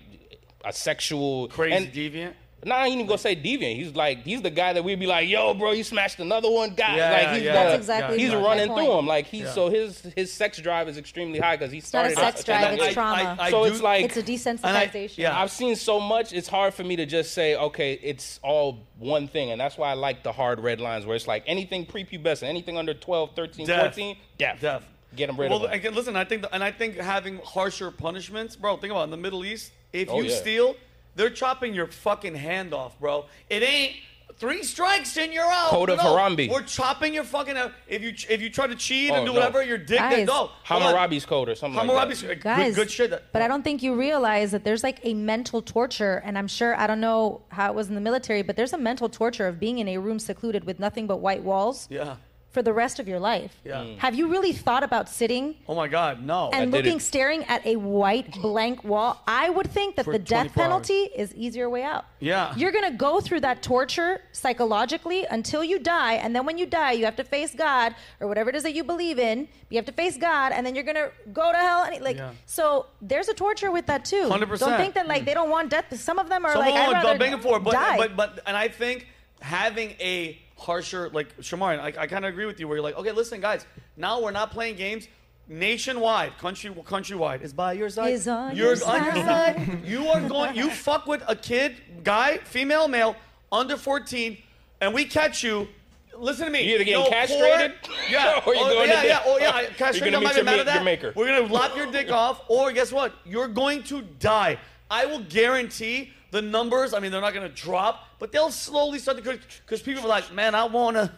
S4: a sexual
S1: Crazy
S4: and-
S1: deviant.
S4: Nah, I ain't even gonna say deviant. He's like he's the guy that we'd be like, yo, bro, you smashed another one, guy.
S1: Yeah,
S4: like he's
S1: yeah,
S4: the-
S1: yeah,
S3: That's exactly
S4: he's
S3: my
S4: running
S3: point.
S4: through him. Like he so his his sex drive is extremely high because he
S3: not a
S4: started
S3: sex
S4: out-
S3: drive,
S4: and
S3: it's
S4: I-
S3: trauma.
S4: so
S1: do-
S4: it's like
S3: it's a desensitization.
S1: yeah.
S4: I've seen so much, it's hard for me to just say, okay, it's all one thing. And that's why I like the hard red lines where it's like anything prepubescent, anything under 12, 13,
S1: Death.
S4: 14, death.
S1: Death.
S4: Get them rid
S1: well,
S4: of 'em.
S1: again, listen, I think, the, and I think having harsher punishments, bro. Think about it, in the Middle East. If
S4: Oh,
S1: you
S4: yeah.
S1: steal, they're chopping your fucking hand off, bro. It ain't three strikes and you're out.
S4: Code of
S1: no,
S4: Hammurabi.
S1: We're chopping your fucking. Out. If you ch- if you try to cheat
S4: Oh,
S1: and do
S4: no.
S1: whatever, your dick.
S3: Guys.
S1: Guys, no, hold on.
S4: Hammurabi's code or something
S1: Hammurabi's
S4: like that.
S1: good,
S3: guys.
S1: good shit.
S3: But I don't think you realize that there's like a mental torture, and I'm sure I don't know how it was in the military, but there's a mental torture of being in a room secluded with nothing but white walls
S1: Yeah.
S3: for the rest of your life.
S1: Yeah. Mm.
S3: Have you really thought about sitting
S1: Oh my God, no.
S3: and
S4: did
S3: looking,
S4: it.
S3: staring at a white blank wall? I would think that
S1: For
S3: the death
S1: 24 hours.
S3: penalty is easier way out.
S1: Yeah.
S3: You're gonna go through that torture psychologically until you die, and then when you die, you have to face God or whatever it is that you believe in. You have to face God, and then you're gonna go to hell. And like,
S1: Yeah.
S3: so there's a torture with that too.
S1: 100%.
S3: Don't think that like they don't want death. Some of them are like, I'd
S1: Someone
S3: rather
S1: banging for it, but,
S3: die.
S1: but but and I think having a harsher like Shamar, I, I kind of agree with you where you're like, okay, listen, guys, now we're not playing games. Nationwide, country, countrywide, is by your side.
S3: Is on
S1: Yours
S3: your
S1: on your side. you are going. You fuck with a kid, guy, female, male, under 14, and we catch you. Listen to me.
S4: You're either getting
S1: no
S4: castrated,
S1: Porn, yeah.
S4: or you're
S1: oh,
S4: going
S1: yeah,
S4: to
S1: yeah.
S4: jail.
S1: Oh yeah.
S4: You're
S1: Castrated.
S4: gonna
S1: I'm not
S4: meet
S1: even mad
S4: your
S1: at that.
S4: maker.
S1: We're gonna lop your dick off, or guess what? You're going to die. I will guarantee the numbers. I mean, they're not gonna drop, but they'll slowly start to because people are like, man, I wanna,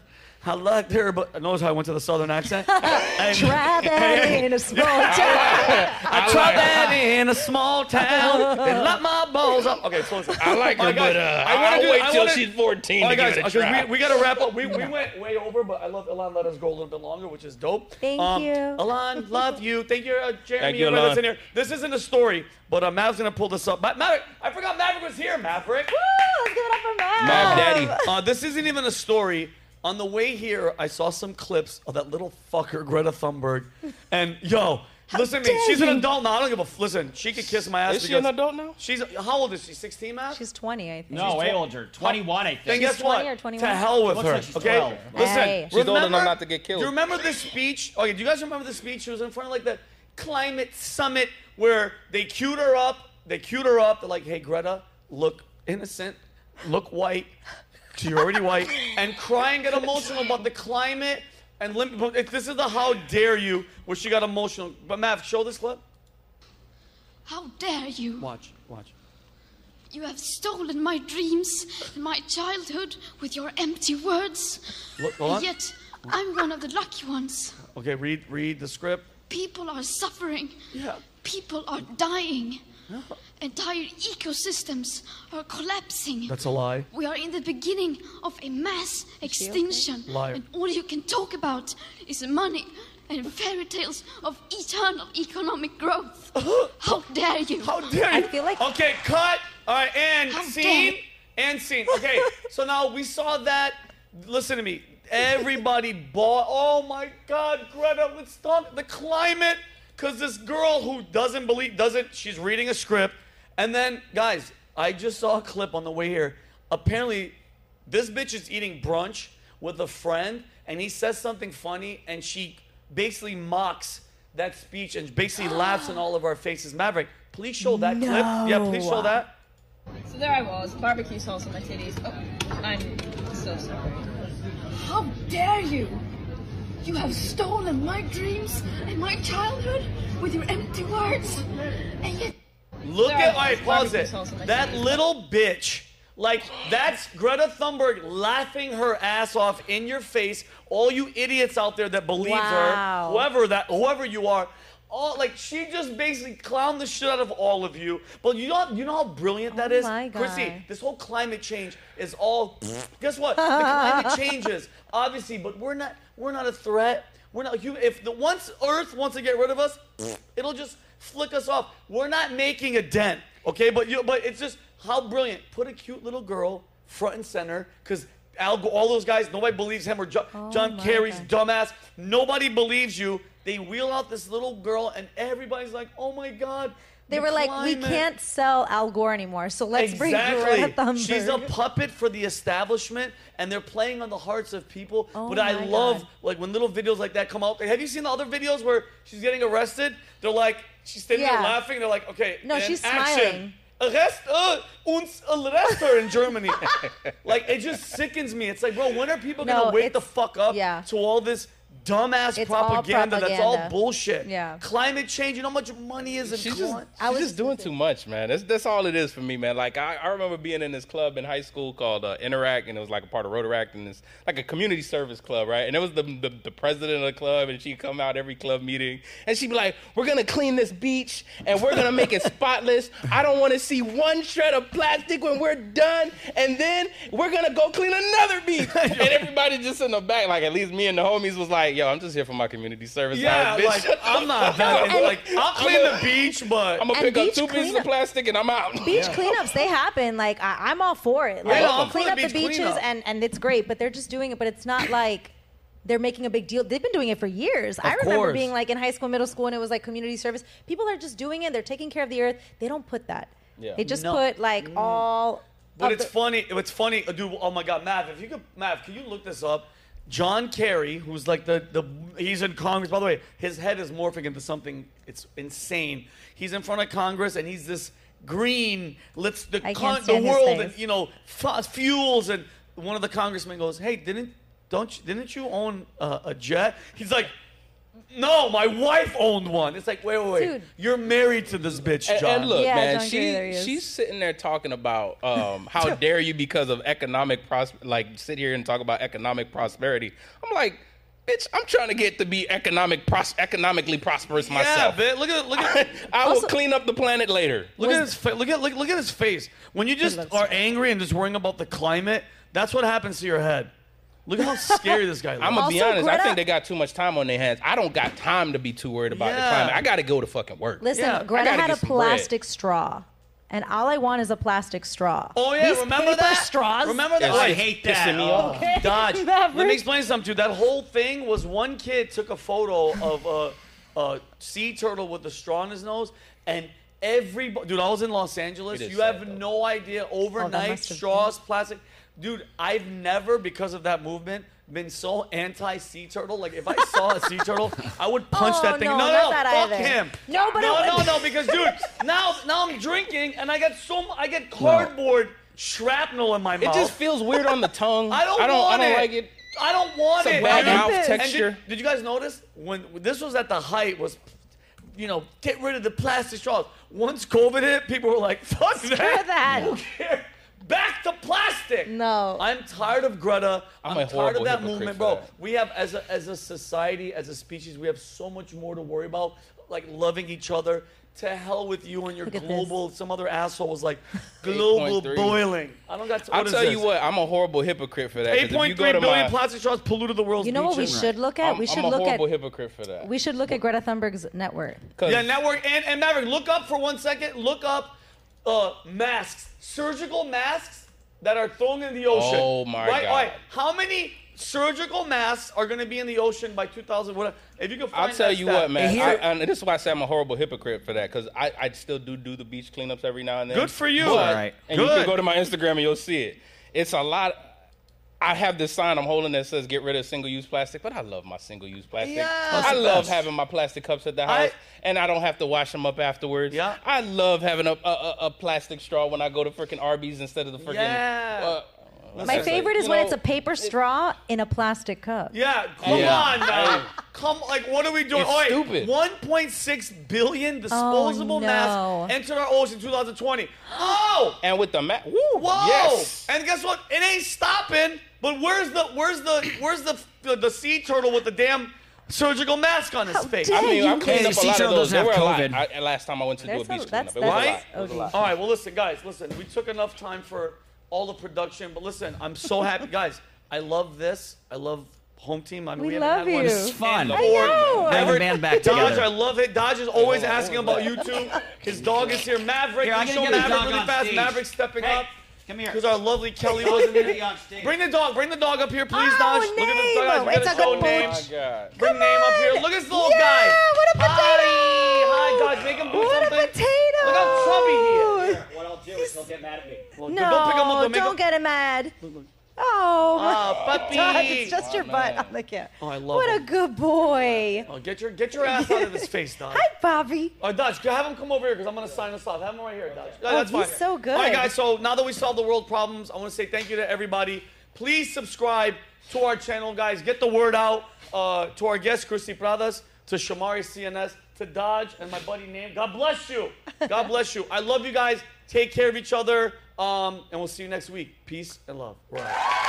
S1: I liked her, but knows how I went to the southern accent. And-
S3: Try that in a small town.
S1: I tried that in a small town and let my balls up. Okay, so listen.
S4: I like her,
S1: All right, guys,
S4: but uh,
S1: Oh I wanna
S4: I'll
S1: do-
S4: wait
S1: I
S4: till
S1: wanna-
S4: she's 14
S1: All
S4: to
S1: right, guys,
S4: give it a
S1: okay,
S4: try.
S1: we, we gotta wrap up. We, we went way over, but I love Elon let us go a little bit longer, which is dope.
S3: Thank you.
S1: Elon, love you. Thank you, uh, Jeremy.
S4: Thank you,
S1: everybody that's
S4: Elon.
S1: in here. This isn't a story, but uh, Mav's gonna pull this up. Ma- Maverick, I forgot Maverick was here. Maverick.
S3: Woo! Let's give it up for Mav.
S4: Mav Daddy.
S1: Uh, this isn't even a story. On the way here, I saw some clips of that little fucker Greta Thunberg, and yo, listen to me.
S3: dare
S1: She's an
S3: you.
S1: adult now. I don't give a f- listen. She could kiss my ass.
S4: Is she an
S1: because
S4: adult now?
S1: She's how old is she? 16, man.
S3: She's 20, I think.
S11: No, way older. 21, I think.
S1: Then guess what?
S3: 20 or 21.
S1: To hell with
S11: Looks
S1: her.
S11: like she's
S1: okay.
S11: 12.
S1: Listen,
S3: Hey.
S4: She's old enough
S1: remember-
S4: not to get killed.
S1: Do you remember this speech? Okay, do you guys remember the speech? She was in front of like the climate summit where they queued her up. They queued her up. They're like, "Hey, Greta, look innocent, look white. You're already white." And crying, get emotional about the climate. And lim- but if this is the how dare you, where she got emotional. But Mav, show this clip.
S14: How dare you?
S1: Watch, watch.
S14: You have stolen my dreams and my childhood with your empty words.
S1: Look, hold on.
S14: And yet, I'm one of the lucky ones.
S1: Okay, read, read the script.
S14: People are suffering.
S1: Yeah.
S14: People are dying. Entire ecosystems are collapsing.
S1: That's a lie.
S14: We are in the beginning of a mass extinction.
S1: Liar.
S14: And all you can talk about is money and fairy tales of eternal economic growth. How dare you?
S1: How dare you?
S3: I feel like-
S1: Okay, cut. All right, and
S14: How
S1: scene.
S14: dare-
S1: And scene. Okay, so now we saw that. Listen to me. Everybody bought. Oh my God, Greta, let's stop the climate. Because this girl who doesn't believe, doesn't, she's reading a script. And then, guys, I just saw a clip on the way here. Apparently, this bitch is eating brunch with a friend, and he says something funny, and she basically mocks that speech and basically laughs in all of our faces. Maverick, please show that clip. Yeah, please show that.
S14: So there I was, barbecue sauce on my titties. Oh, I'm so sorry. How dare you! You have stolen my dreams and my childhood with your empty words, and yet.
S1: Look
S14: There it
S1: at, all right,
S14: is.
S1: pause
S14: Barbecue
S1: it.
S14: sauce on my
S1: That
S14: titties.
S1: little bitch. Like, that's Greta Thunberg laughing her ass off in your face. All you idiots out there that believe her,
S3: Wow.
S1: whoever that, whoever you are, all like she just basically clowned the shit out of all of you. But you know, you know how brilliant that
S3: Oh
S1: is,
S3: my
S1: Chrissy.
S3: God.
S1: This whole climate change is all. guess what? The climate changes, obviously, but we're not. We're not a threat. We're not. You, if the once Earth wants to get rid of us, it'll just flick us off. We're not making a dent, okay? But you. But it's just how brilliant. Put a cute little girl front and center, because. Al, Gore- all those guys, nobody believes him or John, John
S3: Oh my
S1: Kerry's
S3: God.
S1: dumbass. Nobody believes you. They wheel out this little girl, and everybody's like, "Oh my God!"
S3: They
S1: the
S3: were like, we
S1: climate."
S3: can't sell Al Gore anymore, so let's bring Greta
S1: Exactly.
S3: Thunberg.
S1: She's a puppet for the establishment, and they're playing on the hearts of people.
S3: Oh
S1: but I
S3: my
S1: love
S3: God.
S1: like when little videos like that come out. Have you seen the other videos where she's getting arrested? They're like she's standing there
S3: Yeah.
S1: laughing. They're like, okay,
S3: No,
S1: and
S3: she's
S1: action.
S3: smiling.
S1: Arrest uh, uns arrest her in Germany. like it just sickens me. It's like, bro, when are people
S3: No,
S1: gonna wake the
S3: it's-
S1: fuck up
S3: yeah.
S1: to all this dumbass
S3: It's all
S1: propaganda, That's all
S3: propaganda.
S1: bullshit.
S3: Yeah.
S1: Climate change and how much money is in
S4: She's just,
S1: climate.
S4: she's just doing too much, man. That's that's all it is for me, man. Like I, I remember being in this club in high school called uh, Interact, and it was like a part of Rotaract, and it's like a community service club, right? And it was the, the the president of the club, and she'd come out every club meeting, and she'd be like, "We're gonna clean this beach, and we're gonna make it spotless. I don't want to see one shred of plastic when we're done, and then we're gonna go clean another beach." and everybody just in the back, like at least me and the homies was like, "Yo, I'm just here for my community service."
S1: Yeah,
S4: hours, bitch.
S1: like
S4: Shut the
S1: I'm not.
S4: fuck
S1: that-
S4: up."
S1: like I'll clean
S4: I'm a-
S1: the beach, but
S4: I'm gonna
S3: And
S4: pick up
S3: beach
S4: two pieces of
S3: cleanup-
S4: plastic and I'm out.
S3: Beach cleanups, they happen. Like I, I'm all for it. Like
S1: Yeah, I'm for
S3: clean
S1: the
S3: up the
S1: beach
S3: beaches,
S1: cleanup.
S3: and and it's great. But they're just doing it. But it's not like they're making a big deal. They've been doing it for years. I remember
S1: course.
S3: being like in high school, middle school, and it was like community service. People are just doing it. They're taking care of the earth. They don't put that.
S4: Yeah.
S3: They just
S1: No.
S3: put like all.
S1: Mm. but
S3: of
S1: it's
S3: the-
S1: funny. It's funny, uh, dude. Oh my God, Mav, if you could, Mav, can you look this up? John Kerry, who's like the the he's in Congress. By the way, his head is morphing into something. It's insane. He's in front of Congress and he's this green. Let's the
S3: I can't
S1: con, the
S3: stand his
S1: world
S3: face.
S1: and you know fu- fuels and one of the congressmen goes, hey, didn't don't you, didn't you own uh, a jet? He's like. No, my wife owned one. It's like, wait, wait, wait.
S3: Dude.
S1: You're married to this bitch,
S4: And,
S1: John.
S4: and look,
S3: Yeah,
S4: man,
S3: John Kerry, there he
S4: she
S3: is.
S4: she's sitting there talking about um, how dare you because of economic pros like sit here and talk about economic prosperity. I'm like, bitch, I'm trying to get to be economic pros- economically prosperous myself.
S1: Yeah, man. Look at look at
S4: I will clean up the planet later.
S1: look at his fa- look at look, look at his face. When you just are angry and just worrying about the climate, that's what happens to your head. Look how scary this guy looks.
S4: I'm gonna be
S3: Also,
S4: honest. I
S3: Greta-
S4: think they got too much time on their hands. I don't got time to be too worried about the
S1: Yeah.
S4: climate. I gotta go to fucking work.
S3: Listen,
S1: Yeah, I
S3: Greta
S4: gotta
S3: had a
S4: get some bread.
S3: plastic straw, and all I want is a plastic straw.
S1: Oh yeah,
S3: These
S1: remember
S3: paper
S1: that?
S3: straws.
S1: Remember that?
S4: It's
S11: I hate that.
S4: pissing me
S11: Oh.
S4: off.
S1: Dodge. Let
S3: That
S1: me
S3: first-
S1: explain something to you. That whole thing was one kid took a photo of a, a sea turtle with a straw in his nose, and every dude, I was in Los Angeles.
S4: It is
S1: You
S4: sad,
S1: have
S4: though.
S1: no idea. Overnight
S3: Oh, must have
S1: straws, plastic. Dude, I've never, because of that movement, been so anti sea turtle. Like if I saw a sea turtle, I would punch
S3: Oh,
S1: that thing.
S3: no,
S1: No, no,
S3: not
S1: fuck
S3: that either.
S1: him.
S3: No, but it
S1: no, no,
S3: would-
S1: no, because dude, now now I'm drinking and I got so mu- I get cardboard shrapnel in my
S4: It
S1: mouth.
S4: just feels weird on the tongue.
S1: I don't.
S4: I don't,
S1: want
S4: I don't
S1: it.
S4: like it.
S1: I don't want
S4: It's a
S1: it.
S4: bad
S1: dude.
S4: mouth
S1: And did-
S4: texture.
S1: Did, you guys notice when this was at the height? Was you know get rid of the plastic straws. Once COVID hit, people were like, "Fuck that!
S3: that.
S1: Who cares? Back to plastic."
S3: No.
S1: I'm tired of Greta.
S4: I'm
S1: I'm,
S4: a
S1: tired
S4: horrible
S1: of that
S4: hypocrite
S1: movement,
S4: for
S1: bro.
S4: that.
S1: We have as a as a society, as a species, we have so much more to worry about, like loving each other. To hell with you and your
S3: at this.
S1: global. Some other asshole was like, global
S4: 8.3.
S1: boiling. I don't got. To,
S4: I'll
S1: what is
S4: tell you
S1: this?
S4: what, I'm a horrible hypocrite for that. 'cause if you
S1: 8.3
S4: go to
S1: billion
S4: my-
S1: plastic straws polluted the world's
S3: You know what we
S1: beaches.
S3: should look at?
S4: I'm,
S3: we should
S4: I'm a
S3: look at
S4: horrible hypocrite for that.
S3: we should look at Greta Thunberg's net worth.
S4: 'Cause-
S1: Yeah, network and, and Maverick, look up for one second. Look up uh, masks, surgical masks that are thrown in the ocean.
S4: Oh, my
S1: right?
S4: God.
S1: Right. How many surgical masks are going to be in the ocean by 2000? What if you can find
S4: I'll tell
S1: that
S4: you
S1: stat.
S4: what, man.
S11: Here-
S4: I, and this is why I say I'm a horrible hypocrite for that, because I, I still do do the beach cleanups every now and then.
S1: Good for you.
S4: But-
S11: All right.
S4: And you can
S1: Good.
S4: go to my Instagram and you'll see it. It's a lot. I have this sign I'm holding that says "Get rid of single-use plastic," but I love my single-use plastic.
S1: Yeah. That's
S4: I
S1: the
S4: love
S1: best.
S4: having my plastic cups at the
S1: I-
S4: house, and I don't have to wash them up afterwards.
S1: Yeah.
S4: I love having a a, a, a plastic straw when I go to freaking Arby's instead of the freaking.
S1: Yeah.
S4: uh,
S3: My favorite is
S4: you
S3: when
S4: know,
S3: it's a paper straw in a plastic cup.
S1: Yeah, come
S4: Yeah.
S1: on now.
S4: Hey.
S1: Come, like, what are we doing?
S4: It's
S1: Oi,
S4: stupid.
S1: 1.6 billion disposable
S3: Oh, no.
S1: masks entered our ocean 2020. Oh,
S4: And with the mat, woo,
S1: Whoa!
S4: yes.
S1: And guess what? It ain't stopping. But where's the where's the where's the the, the sea turtle with the damn surgical mask on his
S3: How
S1: face?
S3: dare
S4: I mean,
S3: you
S4: I cleaned
S11: Hey,
S4: up a
S11: sea
S4: lot of
S11: turtle
S4: those.
S11: doesn't
S4: There were a
S11: have
S4: lot.
S11: COVID.
S4: I, I- last time I went to
S3: That's
S4: do a
S3: a,
S4: beach
S3: that's,
S4: cleanup,
S3: that's
S4: it was a lot.
S1: right?
S4: It was a
S3: okay.
S4: lot.
S1: All right. Well, listen, guys. Listen, we took enough time for all the production, but listen, I'm so happy, guys. I love this. I love home team. I mean,
S3: We
S1: we, haven't
S3: love
S1: had one
S3: you.
S11: This is fun.
S1: I
S3: know.
S11: Bring
S1: Ever-
S11: the band back
S1: Dodge, I
S11: together.
S1: love it. Dodge is always
S4: Hold on,
S1: asking
S4: hold on.
S1: about YouTube. His dog is here. Maverick,
S11: Here,
S1: can
S11: I
S1: you
S11: gotta
S1: show
S11: get the
S1: Maverick
S11: dog
S1: really
S11: on
S1: fast.
S11: stage.
S1: Maverick stepping
S11: Hey,
S1: up.
S11: come here.
S1: Because our lovely Kelly wasn't
S11: Gotta
S1: here.
S11: be on stage.
S1: Bring the dog. Bring the dog up here, please,
S3: Oh,
S1: Dodge. Look at this
S3: name.
S1: dog. Guys, we
S3: It's
S1: gotta
S3: a
S1: show
S3: good
S1: name.
S4: Oh my God.
S1: Bring name up here. Look at this little
S3: yeah,
S1: guy.
S3: What a potato!
S1: oh, Hi. Hi, guys. Make him do
S3: what
S1: something.
S3: a potato!
S1: Look how chubby he is.
S11: What I'll do is he'll get mad at me.
S3: No,
S1: Don't pick him up. Don't
S3: Don't,
S1: make him.
S3: get him mad. Oh,
S1: Ah, puppy.
S3: God, it's just your butt on the camera.
S1: Oh, I love
S3: What
S1: him.
S3: a good boy.
S1: Oh, get your get your ass out of his face, Dodge.
S3: Hi, Bobby.
S1: All right, Dodge, Uh, have him come over here because I'm going to sign us off. Have him right here, Dodge. Yeah,
S3: Oh, he's so good.
S1: All right, guys, so now that we solved the world problems, I want to say thank you to everybody. Please subscribe to our channel, guys. Get the word out uh, to our guest, Christy Pradas, to Shamari CNS, to Dodge, and my buddy Name. God bless you. God bless you. I love you guys. Take care of each other, um, and we'll see you next week. Peace and love. We're out.